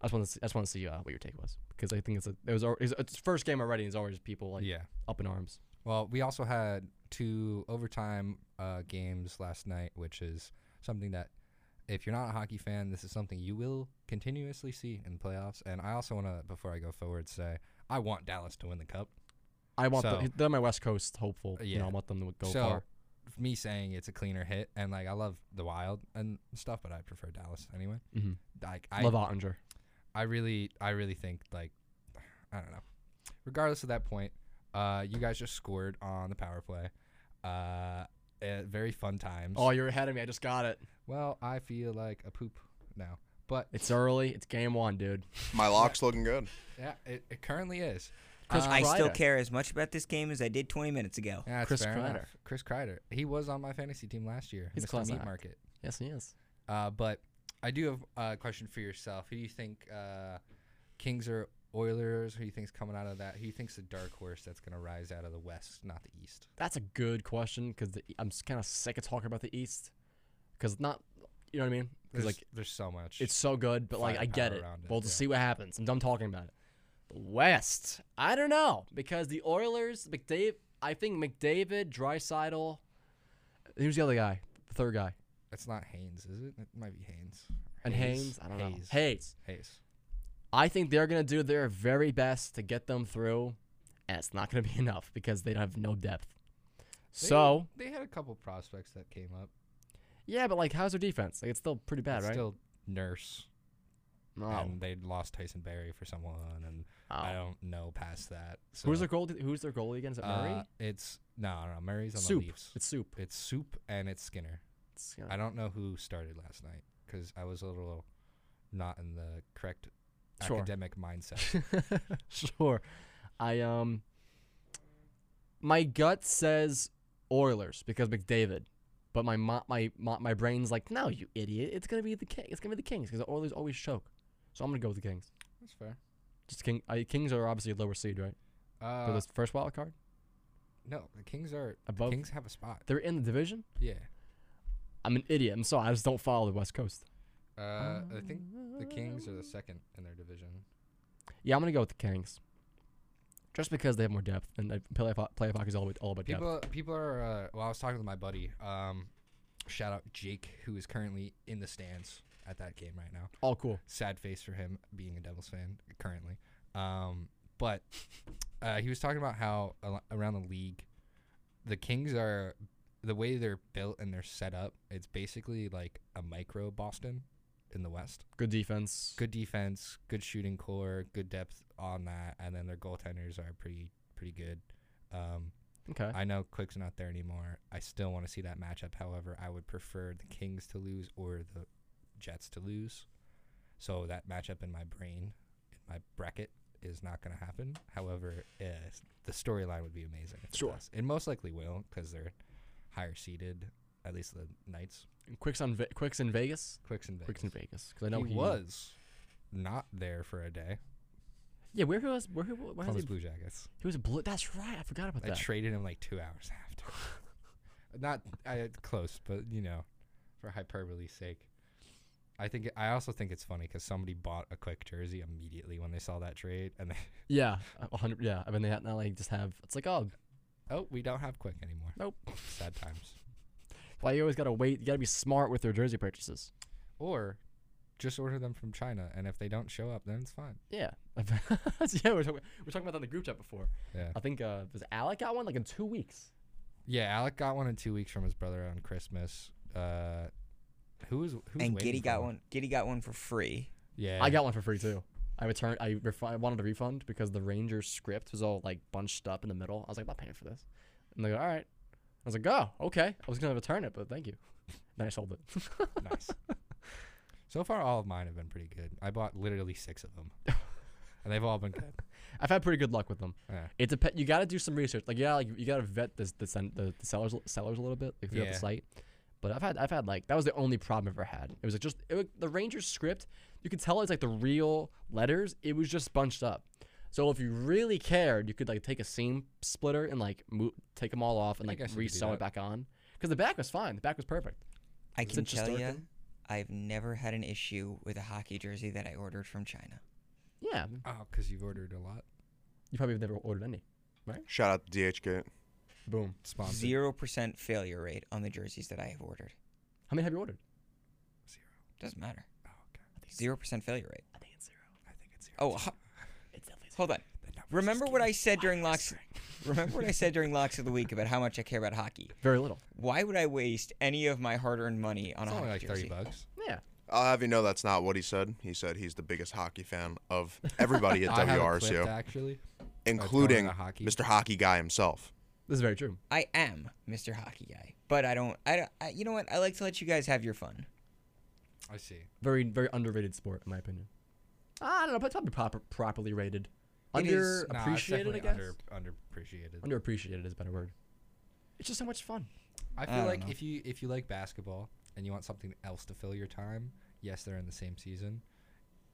Speaker 3: I just want to see, I just want to see uh, what your take was because I think it's a it was al- it's it's first game already. and There's always people like
Speaker 4: yeah.
Speaker 3: up in arms.
Speaker 4: Well, we also had two overtime uh, games last night, which is something that, if you're not a hockey fan, this is something you will continuously see in playoffs. And I also want to, before I go forward, say I want Dallas to win the cup.
Speaker 3: I want
Speaker 4: So-
Speaker 3: the, they're my West Coast hopeful. You
Speaker 4: Yeah.
Speaker 3: know, I want them to go
Speaker 4: so,
Speaker 3: far.
Speaker 4: me saying it's a cleaner hit, and like I love the Wild and stuff, but I prefer Dallas anyway.
Speaker 3: hmm
Speaker 4: Like I
Speaker 3: Love Ottinger.
Speaker 4: I really, I really think like, I don't know. Regardless of that point, uh, you guys just scored on the power play. Uh, at very fun times.
Speaker 3: Oh, you're ahead of me. I just got it.
Speaker 4: Well, I feel like a poop now. But
Speaker 3: It's early. It's game one, dude.
Speaker 1: My lock's looking good.
Speaker 4: yeah, it, it currently is.
Speaker 3: Chris
Speaker 4: Uh,
Speaker 2: I still
Speaker 3: Kreider.
Speaker 2: care as much about this game as I did 20 minutes ago.
Speaker 4: yeah, it's
Speaker 3: Chris
Speaker 4: fair
Speaker 3: Kreider.
Speaker 4: enough. Chris Kreider. He was on my fantasy team last year.
Speaker 3: He's a
Speaker 4: Mr.
Speaker 3: class
Speaker 4: Meat
Speaker 3: act.
Speaker 4: Market.
Speaker 3: Yes, he is.
Speaker 4: Uh, but I do have a question for yourself. Who do you think uh, Kings or Oilers? Who do you think's coming out of that? Who do you think's the dark horse that's going to rise out of the West, not the East?
Speaker 3: That's a good question because I'm kind of sick of talking about the East because not, you know what I mean?
Speaker 4: There's,
Speaker 3: Because like
Speaker 4: there's so much.
Speaker 3: it's so good, but like I get
Speaker 4: firepower
Speaker 3: it.
Speaker 4: around it,
Speaker 3: We'll just
Speaker 4: yeah.
Speaker 3: see what happens. I'm done talking about it. The West, I don't know because the Oilers, McDavid. I think McDavid, Drysidle. Who's the other guy? The third guy.
Speaker 4: it's not Haynes, is it? It might be Haynes.
Speaker 3: And Haynes. I don't know.
Speaker 4: Hayes.
Speaker 3: Hayes.
Speaker 4: Hayes.
Speaker 3: I think they're gonna do their very best to get them through, and it's not gonna be enough because they have no depth.
Speaker 4: They-
Speaker 3: So
Speaker 4: they had a couple prospects that came up.
Speaker 3: yeah, but like, how's their defense? Like, it's still pretty bad, right? Oh.
Speaker 4: Still Nurse.
Speaker 3: no.
Speaker 4: and they lost Tyson Berry for someone, and I
Speaker 3: Oh.
Speaker 4: don't know past that. So,
Speaker 3: Who's their goalie? Who's their goalie again? Is it Murray?
Speaker 4: Uh, it's no, no, Murray's on
Speaker 3: soup. Oh.
Speaker 4: the Leafs.
Speaker 3: It's soup.
Speaker 4: It's Soup and it's Skinner.
Speaker 3: It's, you know,
Speaker 4: I don't know who started last night because I was a little not in the correct
Speaker 3: Sure.
Speaker 4: academic mindset.
Speaker 3: sure. I um my gut says Oilers because McDavid, but my mo- my my, my brain's like, "No, you idiot. It's going to be the King. It's going to be the Kings because the Oilers always choke." So I'm going to go with the Kings.
Speaker 4: That's fair.
Speaker 3: Just King I, Kings are obviously a lower seed, right? They're
Speaker 4: Uh,
Speaker 3: the first wild card.
Speaker 4: no, the Kings are
Speaker 3: Above-
Speaker 4: The Kings have a spot.
Speaker 3: They're in the division.
Speaker 4: Yeah.
Speaker 3: I'm an idiot. I'm sorry. I just don't follow the West Coast.
Speaker 4: Uh, I think the Kings are the second in their division.
Speaker 3: Yeah, I'm going to go with the Kings. Just because they have more depth and uh, playoff playoff hockey is all about all about depth.
Speaker 4: People, people are. Uh, well, I was talking with my buddy. Um, Shout out Jake, who is currently in the stands at that game right now.
Speaker 3: All cool.
Speaker 4: Sad face for him being a Devils fan currently. Um, but uh, he was talking about how al- around the league, the Kings are the way they're built and they're set up. It's basically like a micro Boston in the West.
Speaker 3: Good defense.
Speaker 4: Good defense, good shooting core, good depth on that, and then their goaltenders are pretty pretty good. Um,
Speaker 3: Okay.
Speaker 4: I know Quick's not there anymore. I still want to see that matchup. However, I would prefer the Kings to lose or the Jets to lose. So that matchup in my brain, in my bracket, is not going to happen. However, uh, the storyline would be amazing. if it
Speaker 3: Sure.
Speaker 4: does. It most likely will because they're higher seated, at least the Knights.
Speaker 3: Quicks on Ve- Quicks in Vegas.
Speaker 4: Quicks and Vegas.
Speaker 3: Quicks in Vegas. Because I know
Speaker 4: he,
Speaker 3: he
Speaker 4: was not there for a day.
Speaker 3: Yeah, where he was? Where he was?
Speaker 4: Columbus Blue Jackets.
Speaker 3: He was a blue. That's right. I forgot about
Speaker 4: I
Speaker 3: that.
Speaker 4: traded him like two hours after. Not I, close, but you know, for hyperbole's sake. I think I also think it's funny because somebody bought a quick jersey immediately when they saw that trade, and they,
Speaker 3: yeah, a hundred. Yeah, I mean they had now like just have. It's like oh,
Speaker 4: oh, we don't have quick anymore.
Speaker 3: Nope.
Speaker 4: Sad times.
Speaker 3: why you always gotta wait? You gotta be smart with your jersey purchases.
Speaker 4: Or just order them from China, and if they don't show up, then it's fine.
Speaker 3: Yeah, yeah. We were, talking, we were talking about that in the group chat before.
Speaker 4: Yeah.
Speaker 3: I think uh, was Alec got one like in two weeks.
Speaker 4: Yeah. Alec got one in two weeks from his brother on Christmas. Uh, who was who's
Speaker 2: and
Speaker 4: waiting
Speaker 2: Giddy
Speaker 4: for
Speaker 2: got one. Giddy got one for free.
Speaker 4: Yeah.
Speaker 3: I got one for free too. I returned. I, refi- I wanted a refund because the Ranger script was all like bunched up in the middle. I was like, I'm not paying for this. And they go, all right. I was like, oh, okay. I was gonna return it, but thank you. Then I sold it.
Speaker 4: nice. So far, all of mine have been pretty good. I bought literally six of them, and they've all been good.
Speaker 3: I've had pretty good luck with them.
Speaker 4: Yeah.
Speaker 3: It depends. You got to do some research. Like yeah, like you got to vet the the, sen- the the sellers sellers a little bit. Like if you have
Speaker 4: Yeah.
Speaker 3: the site. But I've had I've had like that was the only problem I've ever had. It was like just it, was- the Rangers script. You could tell it's like the real letters. It was just bunched up. So if you really cared, you could like take a seam splitter and like mo- take them all off and like
Speaker 4: guess you could do
Speaker 3: re-sew
Speaker 4: that.
Speaker 3: it back on. Because the back was fine. The back was perfect.
Speaker 2: I
Speaker 3: Is
Speaker 2: can
Speaker 3: it just
Speaker 2: tell
Speaker 3: darker?
Speaker 2: you, I've never had an issue with a hockey jersey that I ordered from China.
Speaker 3: Yeah,
Speaker 4: Oh, because you've ordered a lot.
Speaker 3: you probably have never ordered any.
Speaker 1: Shout out to DHgate.
Speaker 3: Boom.
Speaker 4: Sponsored.
Speaker 2: Zero percent failure rate on the jerseys that I have ordered.
Speaker 3: How many have you ordered?
Speaker 2: Doesn't matter.
Speaker 4: Oh, okay.
Speaker 2: Zero percent failure rate.
Speaker 3: I think it's zero.
Speaker 4: I think it's zero.
Speaker 2: Oh, ho-
Speaker 3: It's definitely
Speaker 2: hold on.
Speaker 4: The numbers
Speaker 2: Remember
Speaker 4: just
Speaker 2: what
Speaker 4: keep-
Speaker 2: I said during locks. Remember what I said during locks of the week about how much I care about hockey.
Speaker 3: very little.
Speaker 2: Why would I waste any of my hard-earned money on
Speaker 4: It's
Speaker 2: a hockey
Speaker 4: only like
Speaker 2: jersey?
Speaker 4: thirty bucks.
Speaker 3: Yeah.
Speaker 1: I'll have you know that's not what he said. He said he's the biggest hockey fan of everybody at
Speaker 4: I have it clipped,
Speaker 1: WRSU,
Speaker 4: actually.
Speaker 1: including
Speaker 4: Oh, it's going to uh, hockey.
Speaker 1: Mr. Hockey Guy himself.
Speaker 3: This is very true.
Speaker 2: I am Mr. Hockey Guy, but I don't. I, don't- I you know what? I like to let you guys have your fun.
Speaker 4: I see.
Speaker 3: very very underrated sport in my opinion. I don't know, but it's probably proper, properly rated.
Speaker 2: It is-
Speaker 4: Nah, it's
Speaker 3: Underappreciated, I
Speaker 4: definitely
Speaker 3: guess.
Speaker 4: Under, underappreciated.
Speaker 3: Underappreciated is a better word. It's just so much fun.
Speaker 4: I
Speaker 2: I
Speaker 4: feel
Speaker 2: don't
Speaker 4: like
Speaker 2: know.
Speaker 4: if you if you like basketball and you want something else to fill your time, yes, they're in the same season.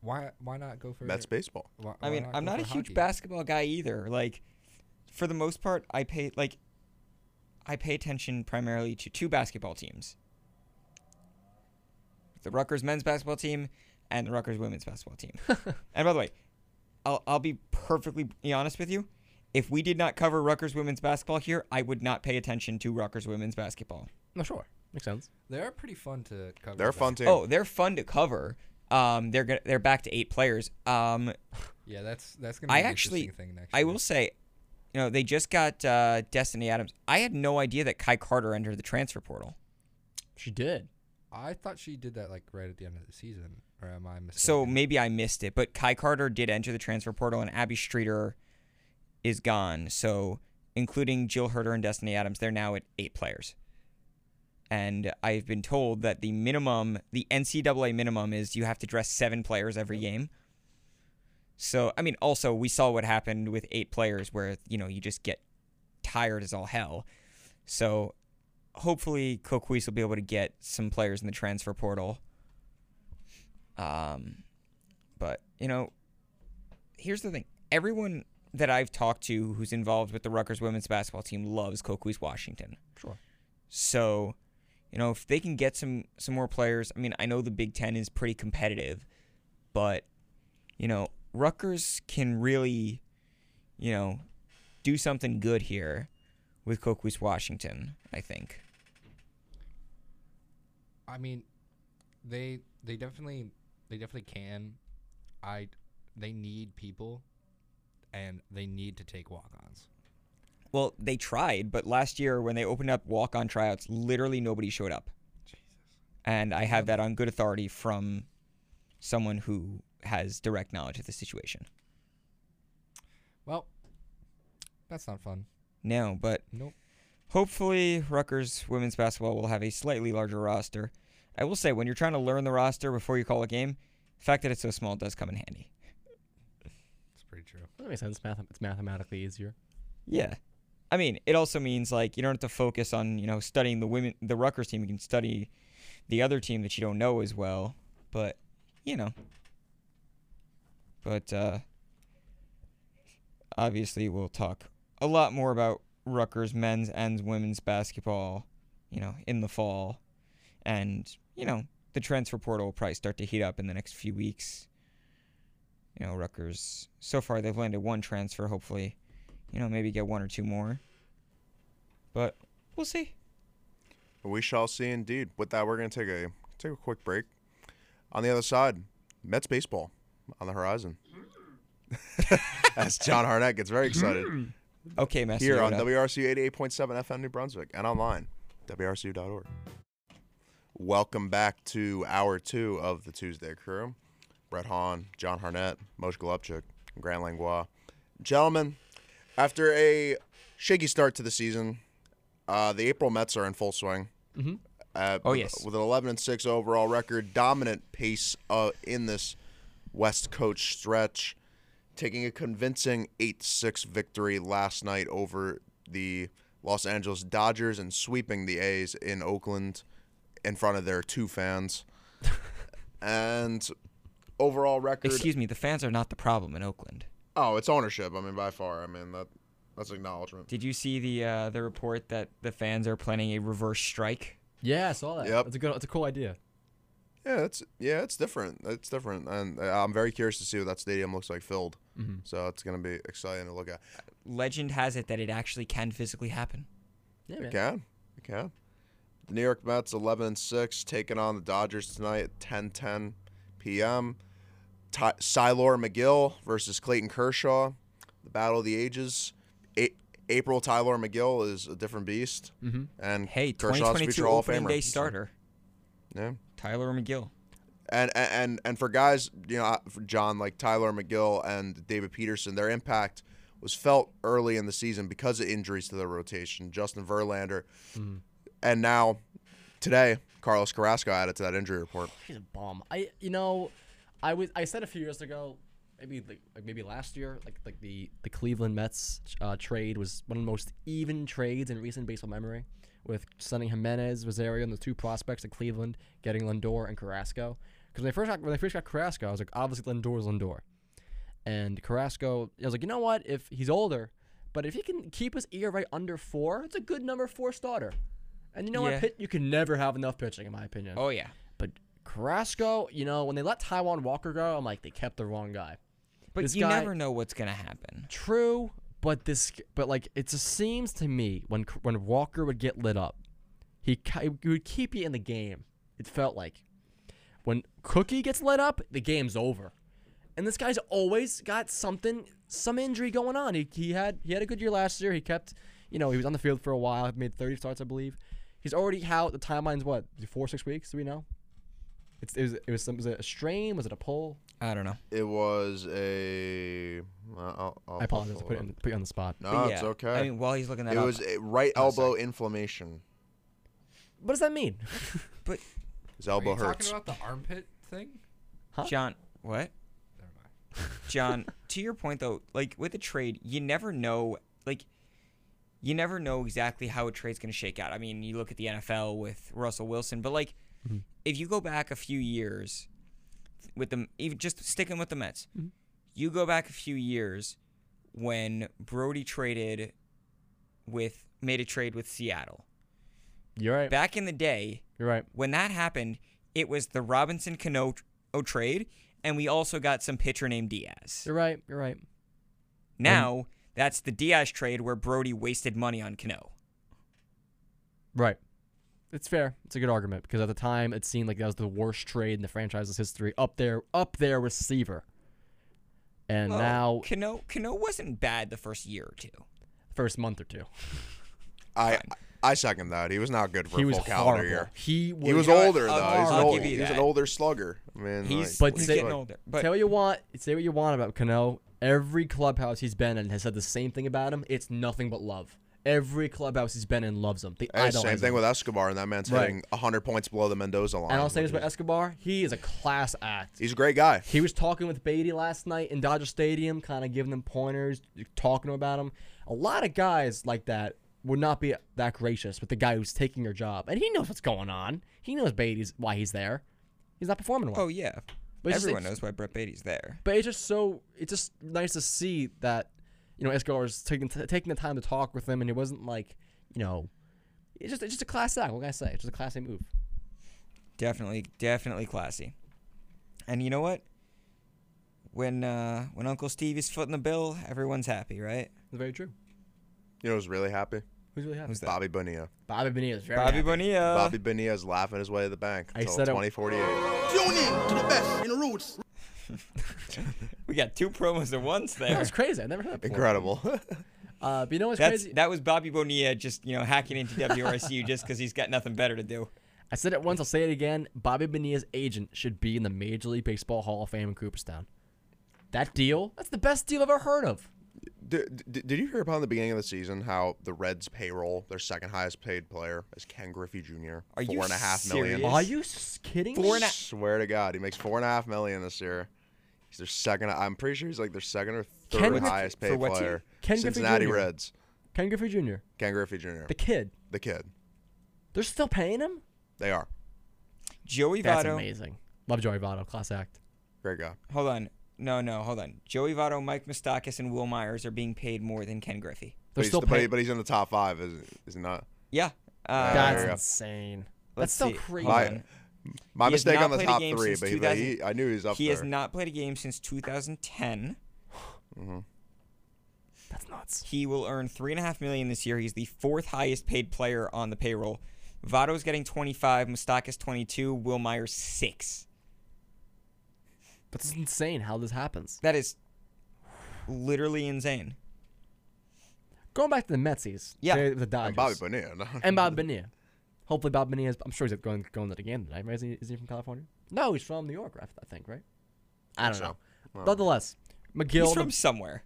Speaker 4: Why why not go for?
Speaker 1: That's baseball.
Speaker 4: why-
Speaker 2: I
Speaker 4: why
Speaker 2: mean, I'm
Speaker 4: go
Speaker 2: not a
Speaker 4: for
Speaker 2: huge
Speaker 4: hockey?
Speaker 2: basketball guy either. Like, for the most part, I pay like I pay attention primarily to two basketball teams: the Rutgers men's basketball team and the Rutgers women's basketball team. and by the way, I'll I'll be perfectly honest with you. If we did not cover Rutgers women's basketball here, I would not pay attention to Rutgers women's basketball.
Speaker 3: No, sure, makes sense.
Speaker 4: They are pretty fun to cover.
Speaker 1: They're a
Speaker 4: though.
Speaker 1: fun team.
Speaker 2: Oh, they're fun to cover. Um, they're gonna, they're back to eight players. Um,
Speaker 4: Yeah, that's that's gonna. Be
Speaker 2: I
Speaker 4: an
Speaker 2: actually-
Speaker 4: interesting thing next
Speaker 2: I
Speaker 4: year.
Speaker 2: will say, you know, they just got uh, Destiny Adams. I had no idea that Kai Carter entered the transfer portal.
Speaker 3: She did.
Speaker 4: I thought she did that like right at the end of the season, or am I mistaken?
Speaker 2: So maybe I missed it, but Kai Carter did enter the transfer portal, and Abby Streeter is gone. So, including Jill Herter and Destiny Adams, they're now at eight players. And I've been told that the minimum, the NCAA minimum, is you have to dress seven players every game. So, I mean, also, we saw what happened with eight players where, you know, you just get tired as all hell. So, hopefully, Coquise will be able to get some players in the transfer portal. Um, but you know, here's the thing: everyone that I've talked to who's involved with the Rutgers women's basketball team loves Coquise Washington.
Speaker 3: Sure.
Speaker 2: So, you know, if they can get some some more players, I mean, I know the Big Ten is pretty competitive, but you know, Rutgers can really, you know, do something good here with Coquise Washington. I think.
Speaker 4: I mean, they they definitely they definitely can. I they need people, and they need to take walk-ons.
Speaker 2: Well, they tried, but last year when they opened up walk on tryouts, literally nobody showed up. And I have that on good authority from someone who has direct knowledge of the situation.
Speaker 4: Well, that's not fun.
Speaker 2: No, but
Speaker 4: Nope.
Speaker 2: hopefully Rutgers women's basketball will have a slightly larger roster. I will say, when you're trying to learn the roster before you call a game, the fact that it's so small does come in handy.
Speaker 4: It's pretty true.
Speaker 3: That makes sense. Math, it's mathematically easier.
Speaker 2: Yeah. I mean, it also means like you don't have to focus on, you know, studying the women the Rutgers team. You can study the other team that you don't know as well. But you know. But uh obviously we'll talk a lot more about Rutgers men's and women's basketball, you know, in the fall. And, you know, the transfer portal will probably start to heat up in the next few weeks. You know, Rutgers so far they've landed one transfer, hopefully you know, maybe get one or two more. But we'll see.
Speaker 1: We shall see indeed. With that, we're going to take a take a quick break. On the other side, Mets baseball on the horizon. As John Harnett gets very excited
Speaker 2: Okay, Messi.
Speaker 1: here on
Speaker 2: what up?
Speaker 1: WRCU 88.7 FM New Brunswick and online, WRCU.org. Welcome back to hour two of the Tuesday crew. Brett Hahn, John Harnett, Moshe Golubchik, and Grand Langlois. Gentlemen, after a shaky start to the season, uh, the April Mets are in full swing.
Speaker 3: Mhm.
Speaker 1: Uh,
Speaker 2: Oh,
Speaker 1: with-
Speaker 2: yes.
Speaker 1: With an 11 and 6 overall record, dominant pace uh, in this West Coast stretch, taking a convincing 8 6 victory last night over the Los Angeles Dodgers and sweeping the A's in Oakland in front of their two fans. and overall record.
Speaker 2: Excuse me, the fans are not the problem in Oakland.
Speaker 1: Oh, it's ownership. I mean, by far. I mean, that that's acknowledgement.
Speaker 2: Did you see the uh, the report that the fans are planning a reverse strike?
Speaker 3: Yeah, I saw that.
Speaker 1: Yep.
Speaker 3: That's a good. That's a cool idea.
Speaker 1: Yeah, it's yeah, it's different. It's different, and uh, I'm very curious to see what that stadium looks like filled.
Speaker 3: Mm-hmm.
Speaker 1: So it's gonna be exciting to look at.
Speaker 2: Legend has it that it actually can physically happen.
Speaker 3: Yeah,
Speaker 1: It
Speaker 3: man.
Speaker 1: can, it can. The New York Mets 11 and six taking on the Dodgers tonight at 10:10 p.m. Ty- Sylor McGill versus Clayton Kershaw, the battle of the ages. A- April Tyler McGill is a different beast,
Speaker 3: Mhm.
Speaker 1: and
Speaker 2: Hey,
Speaker 1: Kershaw's
Speaker 2: 2022
Speaker 1: future Hall of
Speaker 2: opening
Speaker 1: Famer.
Speaker 2: day starter,
Speaker 1: Yeah.
Speaker 2: Tyler McGill.
Speaker 1: and and- and and for guys, you know, for John like Tyler McGill and David Peterson, their impact was felt early in the season because of injuries to their rotation. Justin Verlander,
Speaker 3: Mm-hmm.
Speaker 1: and now today, Carlos Carrasco added to that injury report.
Speaker 3: He's a bomb. I you know, I was I said a few years ago, maybe like, like maybe last year, like like the the Cleveland Mets uh, trade was one of the most even trades in recent baseball memory, with sending Jimenez, Rosario, and the two prospects to Cleveland, getting Lindor and Carrasco. Because when I first got, when I first got Carrasco, I was like, obviously Lindor is Lindor, and Carrasco. I was like, you know what? If he's older, but if he can keep his E ERA under four, it's a good number four starter. And you know
Speaker 2: Yeah.
Speaker 3: what? Pit, you can never have enough pitching, in my opinion.
Speaker 2: Oh yeah,
Speaker 3: But Carrasco, you know, when they let Taiwan Walker go, I'm like, they kept the wrong guy.
Speaker 2: but
Speaker 3: This
Speaker 2: you
Speaker 3: guy-
Speaker 2: never know what's gonna happen.
Speaker 3: True, but this, but like, it just seems to me when when Walker would get lit up, he, ki- he would keep you in the game. It felt like when Cookie gets lit up, the game's over. And this guy's always got something, some injury going on. He, he had he had a good year last year. He kept, you know, he was on the field for a while. Made 30 starts, I believe. He's already out. The timeline's what four six weeks? Do we know? It's, it was it was, some, was it a strain? Was it a pull?
Speaker 2: I don't know.
Speaker 1: It was a. I'll, I'll
Speaker 3: I apologize.
Speaker 1: I'll-
Speaker 3: Put, it on, put you on the spot.
Speaker 1: No,
Speaker 2: But
Speaker 1: Oh, it's
Speaker 2: yeah,
Speaker 1: okay.
Speaker 2: I mean, while he's looking that
Speaker 1: it
Speaker 2: up,
Speaker 1: was a right elbow inflammation.
Speaker 3: What does that mean?
Speaker 2: but
Speaker 1: His
Speaker 4: Are
Speaker 1: elbow
Speaker 4: you
Speaker 1: hurts.
Speaker 4: talking about the armpit thing?
Speaker 3: Huh?
Speaker 2: John, what?
Speaker 4: Never mind.
Speaker 2: John, to your point though, like with a trade, you never know like you never know exactly how a trade's going to shake out. I mean, you look at the NFL with Russell Wilson, but like if you go back a few years with them even just sticking with the Mets. You go back a few years when Brody traded with made a trade with Seattle.
Speaker 3: You're right.
Speaker 2: Back in the day,
Speaker 3: You're right.
Speaker 2: when that happened, it was the Robinson Cano tr- trade and we also got some pitcher named Diaz.
Speaker 3: You're right. You're right.
Speaker 2: Now that's the Diaz trade where Brody wasted money on Cano.
Speaker 3: Right. It's fair. It's a good argument because at the time it seemed like that was the worst trade in the franchise's history. Up there, up there, receiver. And
Speaker 2: Well,
Speaker 3: now,
Speaker 2: Cano Cano wasn't bad the first year or two.
Speaker 3: first month or two,
Speaker 1: I I second that. He was not good for
Speaker 3: he
Speaker 1: a
Speaker 3: was
Speaker 1: full
Speaker 3: horrible.
Speaker 1: calendar year.
Speaker 3: He was,
Speaker 1: He was
Speaker 2: know what?
Speaker 1: older
Speaker 2: I'll-
Speaker 1: though. He's an
Speaker 2: I'll
Speaker 1: old,
Speaker 2: give you
Speaker 1: he was an
Speaker 2: that.
Speaker 1: older slugger. I mean,
Speaker 2: He's,
Speaker 1: like,
Speaker 3: But
Speaker 2: he's
Speaker 3: say-
Speaker 2: getting older. But
Speaker 3: tell you what, say what you want about Cano. Every clubhouse he's been in has said the same thing about him. It's nothing but love. Every clubhouse he's been in loves him. They
Speaker 1: and
Speaker 3: idolize
Speaker 1: eh, same
Speaker 3: him.
Speaker 1: thing with Escobar, and that man's
Speaker 3: Right.
Speaker 1: hitting 100 points below the Mendoza line.
Speaker 3: And I'll say
Speaker 1: which
Speaker 3: this about
Speaker 1: is-
Speaker 3: Escobar. He is a class act.
Speaker 1: He's a great guy.
Speaker 3: He was talking with Beatty last night in Dodger Stadium, kind of giving them pointers, talking about him. A lot of guys like that would not be that gracious with the guy who's taking your job, and he knows what's going on. He knows Beatty's why he's there. He's not performing well.
Speaker 2: oh yeah,
Speaker 3: But it's just
Speaker 2: everyone
Speaker 3: like-
Speaker 2: knows why Brett Beatty's there.
Speaker 3: But it's just so it's just nice to see that you know Escobar's taking taking the time to talk with him, and it wasn't like you know, it's just it's just a class act. What can I say? It's just a class A move.
Speaker 2: Definitely, definitely classy. And you know what? When uh, when Uncle Steve is footing the bill, everyone's happy, right?
Speaker 3: It's very true.
Speaker 1: You know, who's really happy?
Speaker 3: Who's really happy?
Speaker 2: Who's that?
Speaker 1: Bobby Bonilla.
Speaker 3: Bobby Bonilla is very
Speaker 2: Bobby
Speaker 3: happy.
Speaker 2: Bonilla.
Speaker 1: Bobby Bonilla's laughing his way to the bank
Speaker 3: I
Speaker 1: until
Speaker 3: said it-
Speaker 1: 2048.
Speaker 5: Tune in to the best in the roots.
Speaker 2: We got two promos at once
Speaker 3: That
Speaker 2: there.
Speaker 3: was crazy. I never heard that before.
Speaker 1: Incredible.
Speaker 3: Uh, but you know what's
Speaker 2: That's
Speaker 3: crazy?
Speaker 2: that was Bobby Bonilla just you know hacking into WRSU just because he's got nothing better to do.
Speaker 3: I said it once. I'll say it again. Bobby Bonilla's agent should be in the Major League Baseball Hall of Fame in Cooperstown. That deal? That's the best deal I've ever heard of.
Speaker 1: did, did, did you hear about in the beginning of the season how the Reds' payroll, their second highest paid player, is Ken Griffey Jr.
Speaker 2: Are you
Speaker 1: four and a half million.
Speaker 2: serious?
Speaker 3: Are you s- kidding
Speaker 2: Four
Speaker 3: me?
Speaker 2: and a-
Speaker 1: Swear to God, he makes four and a half million this year. He's their second. I'm pretty sure he's like their second or third
Speaker 3: Ken Griffey-
Speaker 1: highest
Speaker 2: for
Speaker 1: paid
Speaker 2: what team?
Speaker 1: player.
Speaker 3: Ken Griffey
Speaker 1: Cincinnati
Speaker 3: Jr..
Speaker 1: Reds.
Speaker 3: Ken Griffey Jr.,
Speaker 1: Ken Griffey Jr.
Speaker 3: the
Speaker 1: The,
Speaker 3: kid.
Speaker 1: kid.
Speaker 3: They're still paying him?
Speaker 1: They are
Speaker 2: Joey
Speaker 3: That's
Speaker 2: Votto.
Speaker 3: amazing. Love Joey Votto. Class act.
Speaker 1: great guy.
Speaker 2: Hold on. No, no, hold on. Joey Votto, Mike Mostakis, and Will Myers are being paid more than Ken Griffey.
Speaker 1: But
Speaker 3: They're
Speaker 1: he's,
Speaker 3: still
Speaker 1: but, he-
Speaker 3: paying.
Speaker 1: but he's in the top five, is is he not?
Speaker 2: Yeah.
Speaker 1: There
Speaker 2: Uh,
Speaker 1: you
Speaker 3: That's
Speaker 1: go.
Speaker 3: insane.
Speaker 2: let's
Speaker 3: That's so
Speaker 2: see.
Speaker 3: crazy.
Speaker 2: Hold
Speaker 1: My-
Speaker 2: on.
Speaker 1: My
Speaker 2: He has
Speaker 1: mistake
Speaker 2: not
Speaker 1: on the
Speaker 2: played a
Speaker 1: top
Speaker 2: game
Speaker 1: three,
Speaker 2: since
Speaker 1: but he, but he, I knew he was up
Speaker 2: He
Speaker 1: there.
Speaker 2: has not played a game since 2010.
Speaker 3: That's nuts.
Speaker 2: He will earn three and a half million this year. He's the fourth highest paid player on the payroll. Votto's getting 25, Mostakis 22, Will Myers six.
Speaker 3: That's insane how this happens.
Speaker 2: That is literally insane.
Speaker 3: Going back to the Metsies.
Speaker 2: Yeah.
Speaker 3: they're The Dodgers.
Speaker 1: and Bobby Bonilla. no.
Speaker 3: and Bob Bonilla. Hopefully, Bob Bonilla is. I'm sure he's going going to the game tonight. Right? Is, he, is he from California? No, he's from New York. I I think right. I don't
Speaker 1: so.
Speaker 3: know. Nonetheless, McGill.
Speaker 2: He's
Speaker 3: He's,
Speaker 2: from somewhere.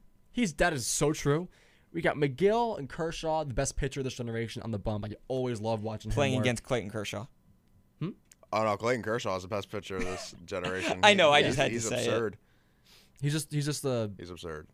Speaker 3: that is so true. We got McGill and Kershaw, the best pitcher of this generation, on the bump. I always love watching him
Speaker 2: Playing
Speaker 3: work.
Speaker 2: against Clayton Kershaw.
Speaker 1: Oh no, Clayton Kershaw is the best pitcher of this generation.
Speaker 2: I know, I
Speaker 1: He's-
Speaker 2: just had to
Speaker 1: he's
Speaker 2: say it.
Speaker 1: absurd.
Speaker 3: He's just he's just the.
Speaker 1: He's absurd.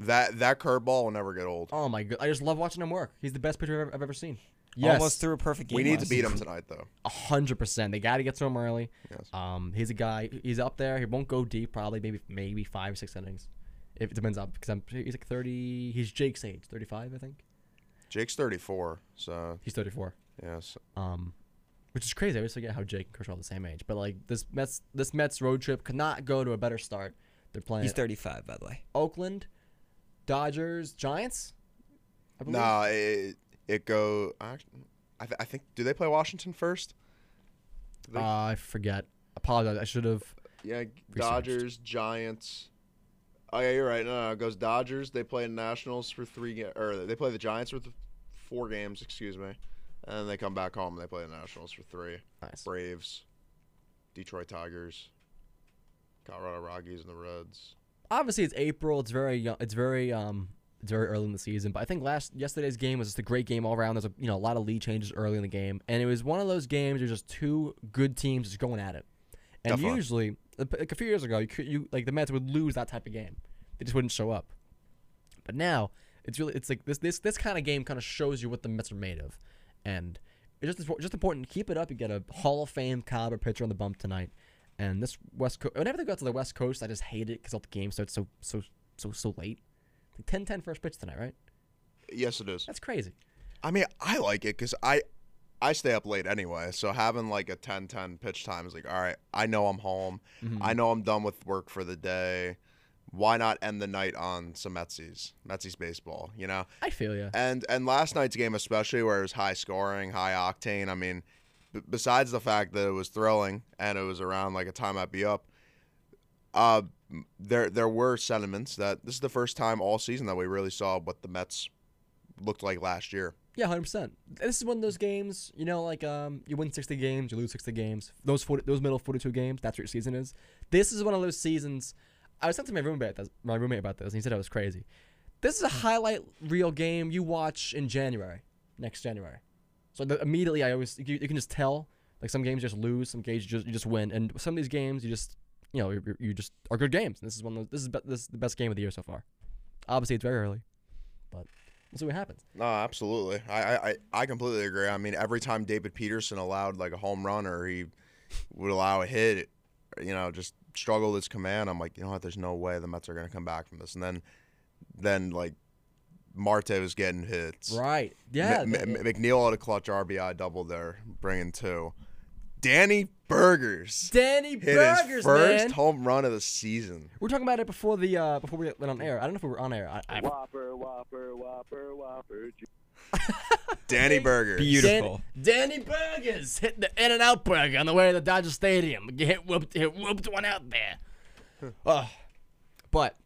Speaker 1: That that curveball will never get old.
Speaker 3: Oh my god! I just love watching him work. He's the best pitcher I've ever, I've ever seen. Yes,
Speaker 2: Almost threw a perfect game.
Speaker 1: we need to
Speaker 2: last
Speaker 1: beat
Speaker 2: season.
Speaker 1: him tonight, though.
Speaker 3: hundred percent. They got to get to him early.
Speaker 1: Yes.
Speaker 3: Um, he's a guy. He's up there. He won't go deep. Probably maybe maybe five or six innings. If it depends on because I'm he's like thirty. He's Jake's age, thirty five, I think.
Speaker 1: Jake's 34, so
Speaker 3: He's thirty four.
Speaker 1: yes.
Speaker 3: Um, which is crazy. I always forget how Jake and Kershaw are the same age. But like this Mets this Mets road trip could not go to a better start. They're playing
Speaker 2: He's 35, by the way.
Speaker 3: Oakland, Dodgers, Giants. I believe.
Speaker 1: Nah, it, it go. act- I, th- I think. Do they play Washington first?
Speaker 3: Uh, I forget. Apologize. I should have.
Speaker 1: Yeah, Dodgers, Giants. Oh yeah, you're right. No, no, it goes Dodgers. They play Nationals for three, ga- or they play the Giants for th- four games. Excuse me, and then they come back home and they play the Nationals for three.
Speaker 3: Nice.
Speaker 1: Braves, Detroit Tigers, Colorado Rockies, and the Reds.
Speaker 3: obviously it's April. It's very young. It's very um. It's very early in the season, but I think last yesterday's game was just a great game all around. There's a you know a lot of lead changes early in the game, and it was one of those games where just two good teams just going at it. And
Speaker 1: Definitely.
Speaker 3: usually, like a few years ago, you could, you like the Mets would lose that type of game. They just wouldn't show up. But now it's really it's like this this this kind of game kind of shows you what the Mets are made of, and it's just just important to keep it up. You get a Hall of Fame caliber pitcher on the bump tonight, and this West Coast. Whenever they go out to the West Coast, I just hate it because all the games start so so so so late. Like 10-10 first pitch tonight, right?
Speaker 1: Yes, it is.
Speaker 3: That's crazy.
Speaker 1: I mean, I like it because I, I stay up late anyway. So having like a 10-10 pitch time is like, all right, I know I'm home. I know I'm done with work for the day. why not end the night on some Metsies, Metsies baseball, you know?
Speaker 3: I feel you.
Speaker 1: And and last night's game especially, where it was high scoring, high octane. I mean, b- besides the fact that it was thrilling and it was around like a time I'd be up, uh, m- there there were sentiments that this is the first time all season that we really saw what the Mets looked like last year.
Speaker 3: Yeah, hundred percent. This is one of those games, you know, like um, you win sixty games, you lose sixty games. Those 40, those middle forty-two games, that's what your season is. This is one of those seasons. I was talking to my roommate, about- my roommate about this, and he said I was crazy. This is a highlight reel game you watch in January, next January. So the, immediately, I always you, you can just tell. Like some games you just lose, some games you just you just win, and some of these games you just you know you, you- you just are good games. This is one of those, this is be, this is the best game of the year so far. Obviously, it's very early, but we'll see what happens.
Speaker 1: No, absolutely. I, I, I- I completely agree. I mean, every time David Peterson allowed like a home run or he would allow a hit, you know, just struggled his command. I'm like, you know what? There's no way the Mets are going to come back from this. And then, then like, Marte was getting hits.
Speaker 3: Right. Yeah.
Speaker 1: M-
Speaker 3: that-
Speaker 1: M-
Speaker 3: that-
Speaker 1: McNeil had a clutch RBI double there, bringing two. Danny Burgers
Speaker 3: Danny
Speaker 1: hit his
Speaker 3: Burgers,
Speaker 1: first
Speaker 3: man.
Speaker 1: home run of the season.
Speaker 3: We We're talking about it before the uh, before we went on air. I don't know if we were on air. I, I,
Speaker 6: Whopper, whopper, whopper, whopper.
Speaker 1: Danny Burgers.
Speaker 2: Beautiful.
Speaker 3: Dan- Danny Burgers hit the In and Out Burger on the way to the Dodger Stadium. Get Hit whooped, hit whooped one out there. Ugh. but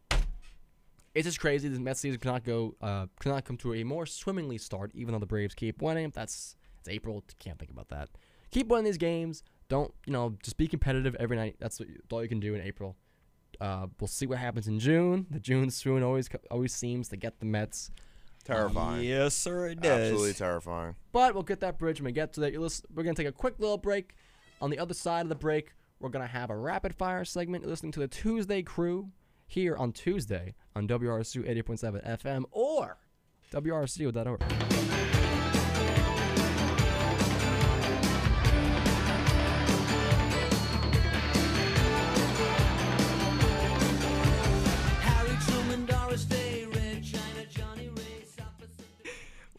Speaker 3: it's just crazy. This Mets season cannot go, uh, cannot come to a more swimmingly start. Even though the Braves keep winning, that's it's April. Can't think about that. Keep winning these games. Don't you know? Just be competitive every night. That's what you, all you can do in April. Uh, we'll see what happens in June. The June swoon always co- always seems to get the Mets.
Speaker 1: Terrifying.
Speaker 2: Yes, sir, it does.
Speaker 1: Absolutely terrifying.
Speaker 3: But we'll get that bridge when we get to that. You're listen- We're going to take a quick little break. On the other side of the break, we're going to have a rapid fire segment. You're listening to the Tuesday crew here on Tuesday on WRSU 88.7 FM or WRSU.org.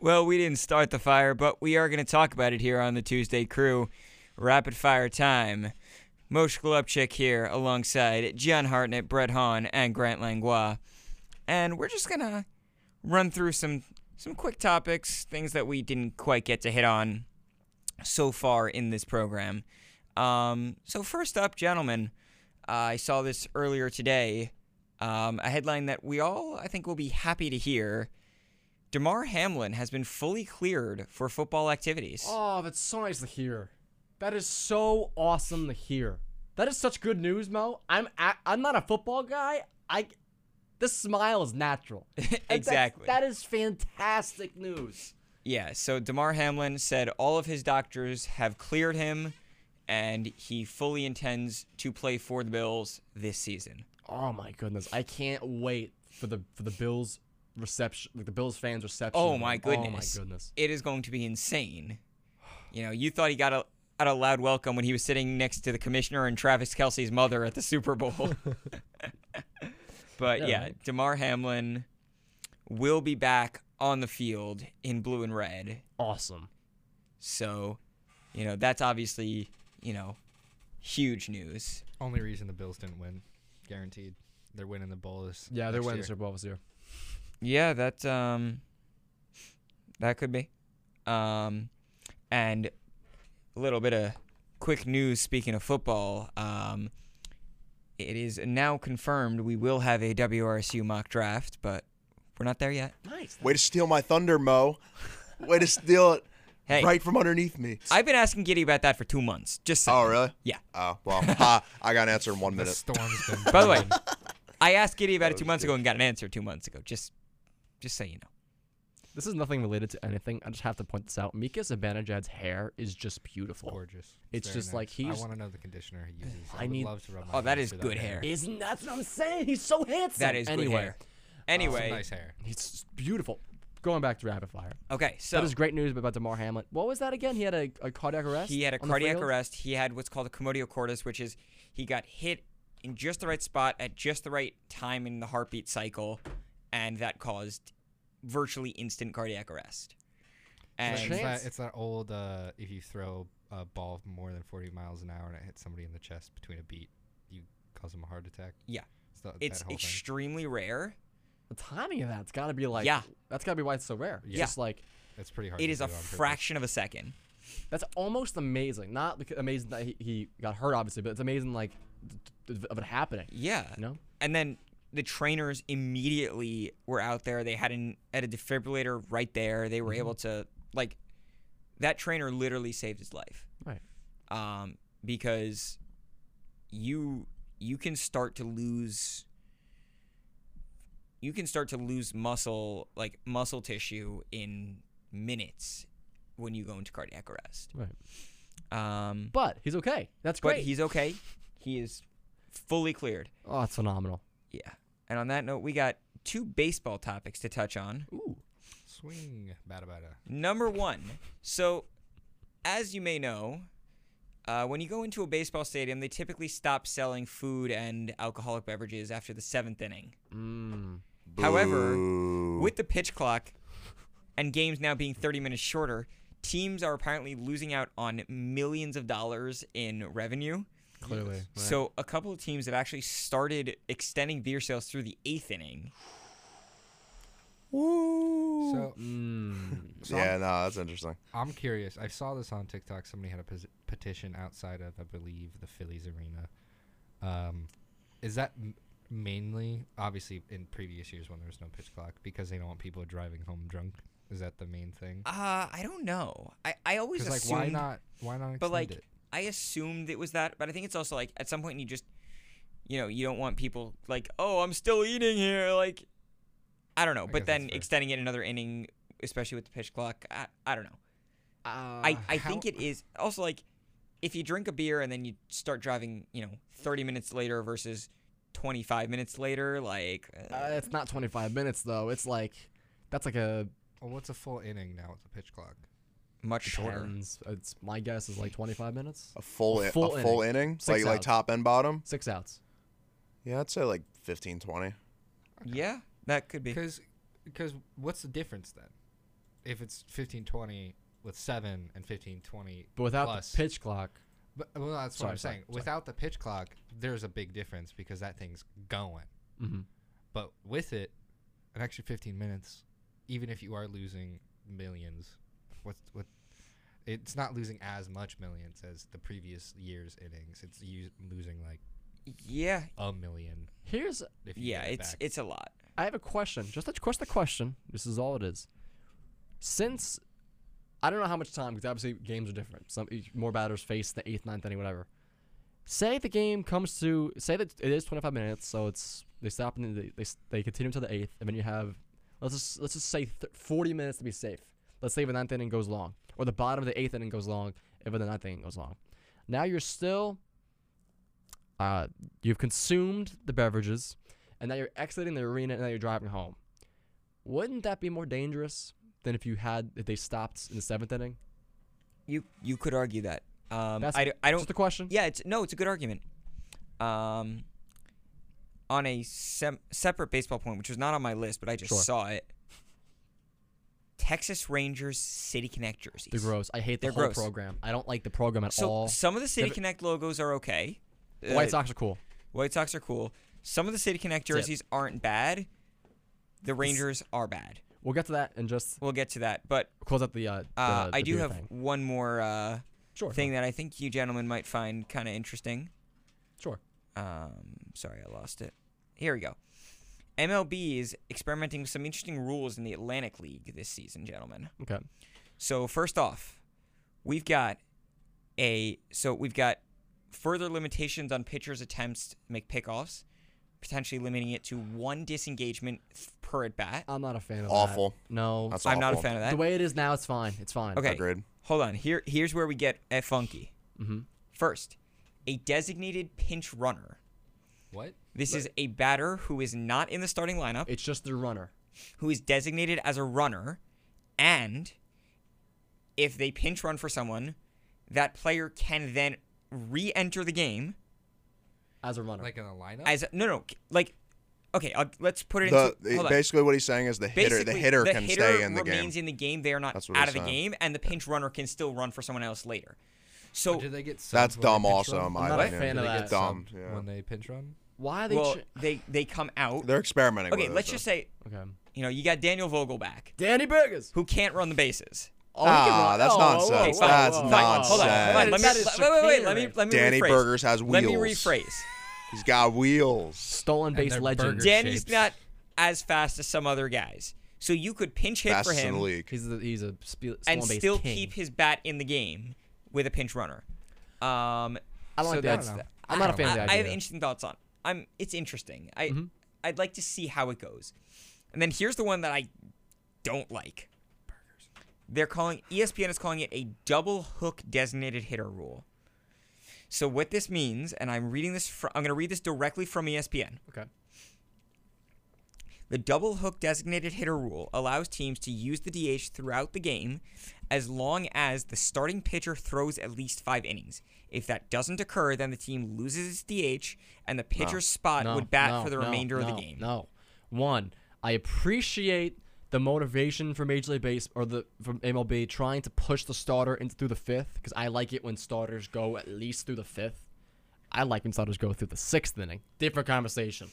Speaker 2: Well, we didn't start the fire, but we are going to talk about it here on the Tuesday crew. Rapid fire time. Moshe Golubchik here alongside John Hartnett, Brett Hahn, and Grant Langlois. And we're just going to run through some some quick topics, things that we didn't quite get to hit on so far in this program. Um, so first up, gentlemen, I saw this earlier today, um, a headline that we all, I think, will be happy to hear. Damar Hamlin has been fully cleared for football activities.
Speaker 3: Oh, that's so nice to hear. That is so awesome to hear. That is such good news, Mo. I'm a I'm not a football guy. I this smile is natural. Like, that's-
Speaker 2: Exactly.
Speaker 3: That is fantastic news.
Speaker 2: Yeah, so Damar Hamlin said all of his doctors have cleared him and he fully intends to play for the Bills this season.
Speaker 3: Oh my goodness! I can't wait for the for the Bills reception, like the Bills fans reception.
Speaker 2: Oh
Speaker 3: of
Speaker 2: my
Speaker 3: him.
Speaker 2: goodness.
Speaker 3: Oh my goodness!
Speaker 2: It is going to be insane. You know, you thought he got a got a loud welcome when he was sitting next to the commissioner and Travis Kelsey's mother at the Super Bowl. but yeah,
Speaker 3: Yeah, right.
Speaker 2: Damar Hamlin will be back on the field in blue and red.
Speaker 3: Awesome.
Speaker 2: So, you know, that's obviously, you know, huge news.
Speaker 4: Only reason the Bills didn't win, guaranteed. They're winning the bowl this.
Speaker 3: Yeah, they're
Speaker 4: next
Speaker 3: winning the
Speaker 4: year.
Speaker 3: Super Bowl this year.
Speaker 2: Yeah, that um that could be. Um and a little bit of quick news speaking of football, um it is now confirmed we will have a WRSU mock draft, but we're not there yet.
Speaker 3: Nice.
Speaker 1: Way to steal my thunder, Mo. Way to steal it
Speaker 2: Hey.
Speaker 1: right from underneath me.
Speaker 2: I've been asking Giddy about that for 2 months. Just saying.
Speaker 1: Oh, really?
Speaker 2: Yeah.
Speaker 1: Oh, well, ha, I got an answer in one
Speaker 4: The
Speaker 1: minute.
Speaker 4: storm's been.
Speaker 2: By the way,
Speaker 4: brewing.
Speaker 3: Oh.
Speaker 2: I asked Giddy about it
Speaker 1: was
Speaker 2: 2 months
Speaker 1: good.
Speaker 2: ago and got an answer 2 months ago. Just just so you know.
Speaker 3: This is nothing related to anything. I just have to point this out. Mika Zibanejad's hair is just beautiful.
Speaker 4: gorgeous.
Speaker 3: It's
Speaker 4: very
Speaker 3: just like
Speaker 4: I
Speaker 3: he's-
Speaker 4: want to know the conditioner he uses.
Speaker 3: I
Speaker 4: I, would
Speaker 3: need-
Speaker 4: love to rub my
Speaker 2: Oh, that
Speaker 4: hands
Speaker 2: is
Speaker 4: through
Speaker 2: good hair.
Speaker 3: Isn't that what I'm saying? He's so handsome.
Speaker 2: That is
Speaker 3: anyway.
Speaker 2: good hair. Anyway,
Speaker 4: Some nice hair.
Speaker 3: He's beautiful. Going back to rapid fire.
Speaker 2: okay,
Speaker 3: That
Speaker 2: so
Speaker 3: is great news about Damar Hamlin. What was that again? He had a, a cardiac arrest.
Speaker 2: he had a
Speaker 3: on the
Speaker 2: cardiac
Speaker 3: field?
Speaker 2: arrest. He had what's called a commodio cordis, which is he got hit in just the right spot at just the right time in the heartbeat cycle, and that caused virtually instant cardiac arrest.
Speaker 4: It's
Speaker 2: And
Speaker 3: Shame.
Speaker 4: that,
Speaker 3: Chance.
Speaker 4: it's that old uh, if you throw a ball more than 40 miles an hour and it hits somebody in the chest between a beat, you cause them a heart attack.
Speaker 2: yeah,
Speaker 4: It's It's the,
Speaker 2: It's
Speaker 4: that whole thing.
Speaker 2: extremely rare.
Speaker 3: The timing of that's got to be like
Speaker 2: Yeah.
Speaker 3: That's got to be why it's so rare. It's
Speaker 2: Yeah.
Speaker 3: Just like
Speaker 4: It's pretty hard.
Speaker 2: It
Speaker 4: to
Speaker 2: is
Speaker 4: do
Speaker 2: a
Speaker 4: on purpose.
Speaker 2: fraction of a second.
Speaker 3: that's almost amazing. Not because amazing that he, he got hurt obviously, but it's amazing like th- th- of it happening.
Speaker 2: Yeah.
Speaker 3: You know?
Speaker 2: And then the trainers immediately were out there. They had an at a defibrillator right there. They were able
Speaker 3: Mm-hmm.
Speaker 2: to like that trainer literally saved his life.
Speaker 3: Right.
Speaker 2: Um, because you you can start to lose you can start to lose muscle like muscle tissue in minutes when you go into cardiac arrest.
Speaker 3: Right.
Speaker 2: Um,
Speaker 3: But he's okay. That's
Speaker 2: but
Speaker 3: great.
Speaker 2: he's okay. He is fully cleared.
Speaker 3: oh, that's phenomenal.
Speaker 2: Yeah. And on that note, we got two baseball topics to touch on.
Speaker 3: Ooh.
Speaker 4: Swing, bada bada.
Speaker 2: Number one. So, as you may know, uh, when you go into a baseball stadium, they typically stop selling food and alcoholic beverages after the seventh inning.
Speaker 3: Mm.
Speaker 2: However, with the pitch clock and games now being 30 minutes shorter, teams are apparently losing out on millions of dollars in revenue.
Speaker 3: Clearly.
Speaker 2: So a couple of teams have actually started extending beer sales through the eighth inning.
Speaker 4: So,
Speaker 2: Mm.
Speaker 4: so
Speaker 1: yeah, no, that's interesting.
Speaker 4: I'm curious. I saw this on TikTok. Somebody had a pes- petition outside of, I believe, the Phillies arena. Um, is that m- mainly, obviously, in previous years when there was no pitch clock, because they don't want people driving home drunk? Is that the main thing?
Speaker 2: Uh, I don't know. I, I always
Speaker 4: Because like,
Speaker 2: assumed,
Speaker 4: why not? Why not?
Speaker 2: but
Speaker 4: extend
Speaker 2: like
Speaker 4: it?
Speaker 2: I assumed it was that. But I think it's also like at some point you just, you know, you don't want people like, oh, I'm still eating here. Like, I don't know.
Speaker 4: guess
Speaker 2: but
Speaker 4: that's
Speaker 2: then
Speaker 4: fair.
Speaker 2: extending it another inning, especially with the pitch clock, I, I don't know.
Speaker 3: Uh,
Speaker 2: I, I think it is also like if you drink a beer and then you start driving, you know, 30 minutes later versus 25 minutes later, like uh,
Speaker 3: Uh, it's not 25 minutes though. It's like that's like a
Speaker 4: Well, what's a full inning now with the pitch clock?
Speaker 2: much shorter.
Speaker 3: Depends. uh, It's my guess is like 25 minutes,
Speaker 2: Oh.
Speaker 1: A full,
Speaker 3: A
Speaker 1: a
Speaker 3: full
Speaker 1: full, a full inning,
Speaker 3: Six
Speaker 1: like like
Speaker 3: outs.
Speaker 1: top and bottom.
Speaker 3: six outs.
Speaker 1: Yeah, I'd say like 15, 20.
Speaker 2: Yeah, that could be.
Speaker 4: Because, because what's the difference then? If it's 15-20 with seven and 15-20
Speaker 3: But without
Speaker 4: plus.
Speaker 3: the pitch clock,
Speaker 4: But well, that's what
Speaker 3: Sorry,
Speaker 4: I'm
Speaker 3: sorry,
Speaker 4: saying.
Speaker 3: sorry.
Speaker 4: Without the pitch clock, there's a big difference because that thing's going.
Speaker 3: Mhm.
Speaker 4: But with it, an extra 15 minutes, even if you are losing millions, what's what? It's not losing as much millions as the previous year's innings. It's us- losing like
Speaker 2: yeah,
Speaker 4: a million.
Speaker 3: here's
Speaker 4: If you
Speaker 2: yeah,
Speaker 4: get it
Speaker 2: it's
Speaker 4: back.
Speaker 2: it's a lot.
Speaker 3: I have a question. Just a question. A question. This is all it is. Since I don't know how much time because obviously games are different. Some more batters face the eighth, ninth inning, whatever. Say the game comes to say that it is 25 minutes, so it's they stop and they they, they continue until the eighth, and then you have let's just let's just say th- 40 minutes to be safe. Let's say the ninth inning goes long, or the bottom of the eighth inning goes long, if the ninth inning goes long. Now you're still uh, you've consumed the beverages, and now you're exiting the arena and now you're driving home. Wouldn't that be more dangerous than if you had if they stopped in the seventh inning?
Speaker 2: You you could argue that. Um,
Speaker 3: That's
Speaker 2: I, d- I don't.
Speaker 3: Just a question.
Speaker 2: Yeah, it's no, it's a good argument. Um, on a sem- separate baseball point, which was not on my list, but I just
Speaker 3: Sure.
Speaker 2: saw it. Texas Rangers City Connect jerseys.
Speaker 3: They're gross. I hate the
Speaker 2: They're
Speaker 3: whole
Speaker 2: gross.
Speaker 3: program. I don't like the program at
Speaker 2: So
Speaker 3: all.
Speaker 2: some of the City
Speaker 3: They've-
Speaker 2: Connect logos are okay.
Speaker 3: The White
Speaker 2: Uh,
Speaker 3: Sox are cool.
Speaker 2: White Sox are cool. Some of the City Connect
Speaker 3: it.
Speaker 2: jerseys aren't bad. The Rangers are bad.
Speaker 3: We'll get to that and just
Speaker 2: We'll get to that, but
Speaker 3: close up the. Uh,
Speaker 2: uh,
Speaker 3: the-
Speaker 2: I
Speaker 3: the
Speaker 2: do
Speaker 3: beer
Speaker 2: have
Speaker 3: thing.
Speaker 2: one more uh,
Speaker 3: sure
Speaker 2: thing that I think you gentlemen might find kind of interesting.
Speaker 3: Sure.
Speaker 2: Um, sorry, I lost it. Here we go. MLB is experimenting with some interesting rules in the Atlantic League this season, gentlemen.
Speaker 3: Okay.
Speaker 2: So first off, we've got a so we've got further limitations on pitchers' attempts to make pickoffs, potentially limiting it to one disengagement th- per at bat.
Speaker 3: I'm not a fan of
Speaker 1: Awful.
Speaker 3: That. No.
Speaker 1: That's
Speaker 2: I'm not a
Speaker 1: awful.
Speaker 2: fan of that.
Speaker 3: the way it is now, it's fine. It's fine.
Speaker 2: Okay.
Speaker 1: Agreed.
Speaker 2: Hold on. Here, here's where we get a funky.
Speaker 3: Mhm.
Speaker 2: First, a designated pinch runner.
Speaker 4: what?
Speaker 2: This is a batter who is not in the starting lineup,
Speaker 3: It's just the runner.
Speaker 2: who is designated as a runner, and if they pinch run for someone, that player can then re-enter the game
Speaker 3: As a runner.
Speaker 4: Like in a lineup?
Speaker 2: as no no like okay I'll, let's put it
Speaker 1: The,
Speaker 2: into hold on.
Speaker 1: basically, what he's saying is the hitter, the
Speaker 2: Basically,
Speaker 1: hitter can stay in the game.
Speaker 2: remains in the game. They are not
Speaker 1: That's what
Speaker 2: out
Speaker 1: he's
Speaker 2: of the
Speaker 1: saying.
Speaker 2: game, and the pinch runner can still run for someone else later.
Speaker 4: Or
Speaker 2: So
Speaker 4: do they get
Speaker 1: That's
Speaker 4: subbed when they
Speaker 1: dumb,
Speaker 4: pinch
Speaker 1: also,
Speaker 4: run?
Speaker 1: in my
Speaker 3: not a
Speaker 1: opinion.
Speaker 3: fan of
Speaker 1: They
Speaker 3: that.
Speaker 1: get dumb.
Speaker 4: Subbed
Speaker 1: Yeah.
Speaker 4: When they pinch run,
Speaker 3: Why are they?
Speaker 2: Well,
Speaker 3: ch-
Speaker 2: they they come out.
Speaker 1: They're experimenting.
Speaker 2: Okay,
Speaker 1: with it,
Speaker 2: let's
Speaker 1: so-
Speaker 2: just say
Speaker 3: okay.
Speaker 2: you know you got Daniel Vogel back,
Speaker 3: Danny Burgers.
Speaker 2: who can't run the bases.
Speaker 3: Oh, he can
Speaker 1: Ah,
Speaker 3: run-
Speaker 1: that's
Speaker 3: oh, whoa,
Speaker 1: nonsense.
Speaker 2: Okay,
Speaker 3: whoa,
Speaker 2: fine,
Speaker 1: that's
Speaker 3: whoa, whoa.
Speaker 2: fine. Hold on,
Speaker 1: nonsense.
Speaker 2: hold on. Let me
Speaker 3: That is
Speaker 2: let- wait, wait, wait. Let me
Speaker 3: chicanery.
Speaker 2: let me
Speaker 1: Danny
Speaker 2: rephrase.
Speaker 1: Burgers has
Speaker 2: Let me
Speaker 1: wheels.
Speaker 2: rephrase.
Speaker 1: He's got wheels.
Speaker 3: Stolen base
Speaker 4: they're
Speaker 3: legend.
Speaker 4: burgers.
Speaker 3: Dan-
Speaker 2: Danny's
Speaker 4: shapes.
Speaker 2: not as fast as some other guys, so you could pinch hit for
Speaker 1: Fastest in the
Speaker 2: him
Speaker 1: league.
Speaker 3: He's the, he's a spe-
Speaker 2: and
Speaker 3: stolen base
Speaker 2: still
Speaker 3: king.
Speaker 2: keep his bat in the game with a pinch runner. Um,
Speaker 3: I don't
Speaker 2: so
Speaker 3: like the
Speaker 2: that's-
Speaker 3: idea.
Speaker 4: I don't know.
Speaker 3: I'm not a fan
Speaker 2: I,
Speaker 3: of the
Speaker 2: I have
Speaker 3: idea. Mm-hmm.
Speaker 2: interesting thoughts on. I'm. It's interesting. I I'd like to see how it goes. And then here's the one that I don't like. They're calling E ESPN is calling it a double hook designated hitter rule. So what this means, and I'm reading this. Fr- I'm going to read this directly from E ESPN.
Speaker 3: okay.
Speaker 2: The double hook designated hitter rule allows teams to use the DH throughout the game as long as the starting pitcher throws at least five innings. If that doesn't occur, then the team loses its DH and the pitcher's spot
Speaker 3: No,
Speaker 2: would bat
Speaker 3: no,
Speaker 2: for the
Speaker 3: no,
Speaker 2: remainder of
Speaker 3: no,
Speaker 2: the game.
Speaker 3: No. One, I appreciate the motivation for Major League Base or the from MLB trying to push the starter into through the fifth because I like it when starters go at least through the fifth. I like when starters go through the sixth inning. Different conversation.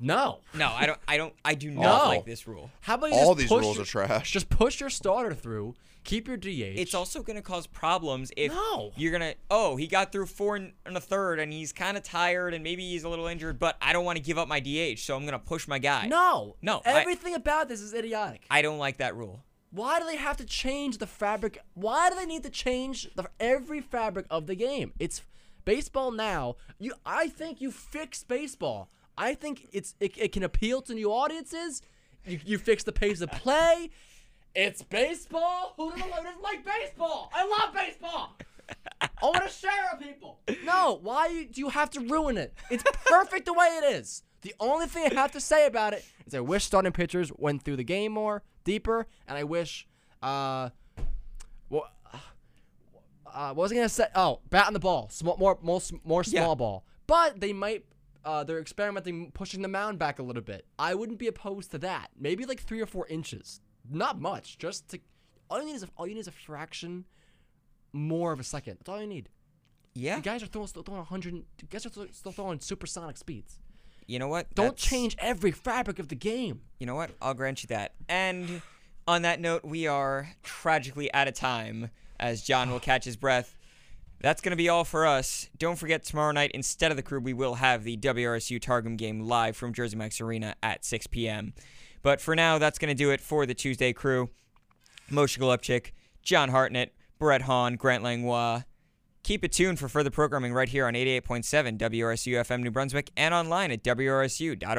Speaker 3: No.
Speaker 2: No, I don't I don't I do not
Speaker 3: No.
Speaker 2: like this rule.
Speaker 3: How about you
Speaker 1: All
Speaker 3: just
Speaker 1: these
Speaker 3: push
Speaker 1: rules
Speaker 3: your-
Speaker 1: are trash.
Speaker 3: Just push your starter through. Keep your DH.
Speaker 2: It's also going to cause problems if
Speaker 3: No.
Speaker 2: you're going to oh, he got through four and and a third and he's kind of tired and maybe he's a little injured, but I don't want to give up my DH, so I'm going to push my guy.
Speaker 3: no.
Speaker 2: No, I-
Speaker 3: Everything about this is idiotic.
Speaker 2: I don't like that rule.
Speaker 3: Why do they have to change the fabric? Why do they need to change the, every fabric of the game? It's baseball now. You, I think you fix baseball. I think it's it, it can appeal to new audiences. You, you fix the pace of play. It's baseball. Who doesn't, who doesn't like baseball? I love baseball. I want to share it with people. No, why you- do you have to ruin it? It's perfect the way it is. The only thing I have to say about it is I wish starting pitchers went through the game more, deeper, and I wish, uh, what, uh, what was I gonna say? Oh, bat on the ball, small, more, more, more small
Speaker 2: Yeah.
Speaker 3: ball. But they might, uh, they're experimenting, pushing the mound back a little bit. I wouldn't be opposed to that. Maybe like three or four inches, not much. Just to, all you need is a, all you need is a fraction more of a second. That's all you need.
Speaker 2: Yeah.
Speaker 3: The guys are throwing, still throwing 100. and- the Guys are still- still throwing supersonic speeds.
Speaker 2: You know what?
Speaker 3: Don't
Speaker 2: That's-
Speaker 3: change every fabric of the game.
Speaker 2: You know what? I'll grant you that. And on that note, we are tragically out of time as John will catch his breath. That's going to be all for us. Don't forget, tomorrow night, instead of the crew, we will have the WRSU Targum game live from Jersey Mike's Arena at 6 p.m. But for now, that's going to do it for the Tuesday crew. Moshe Golubchik, John Hartnett, Brett Hahn, Grant Langlois. Keep it tuned for further programming right here on 88.7 WRSU FM New Brunswick and online at WRSU.org.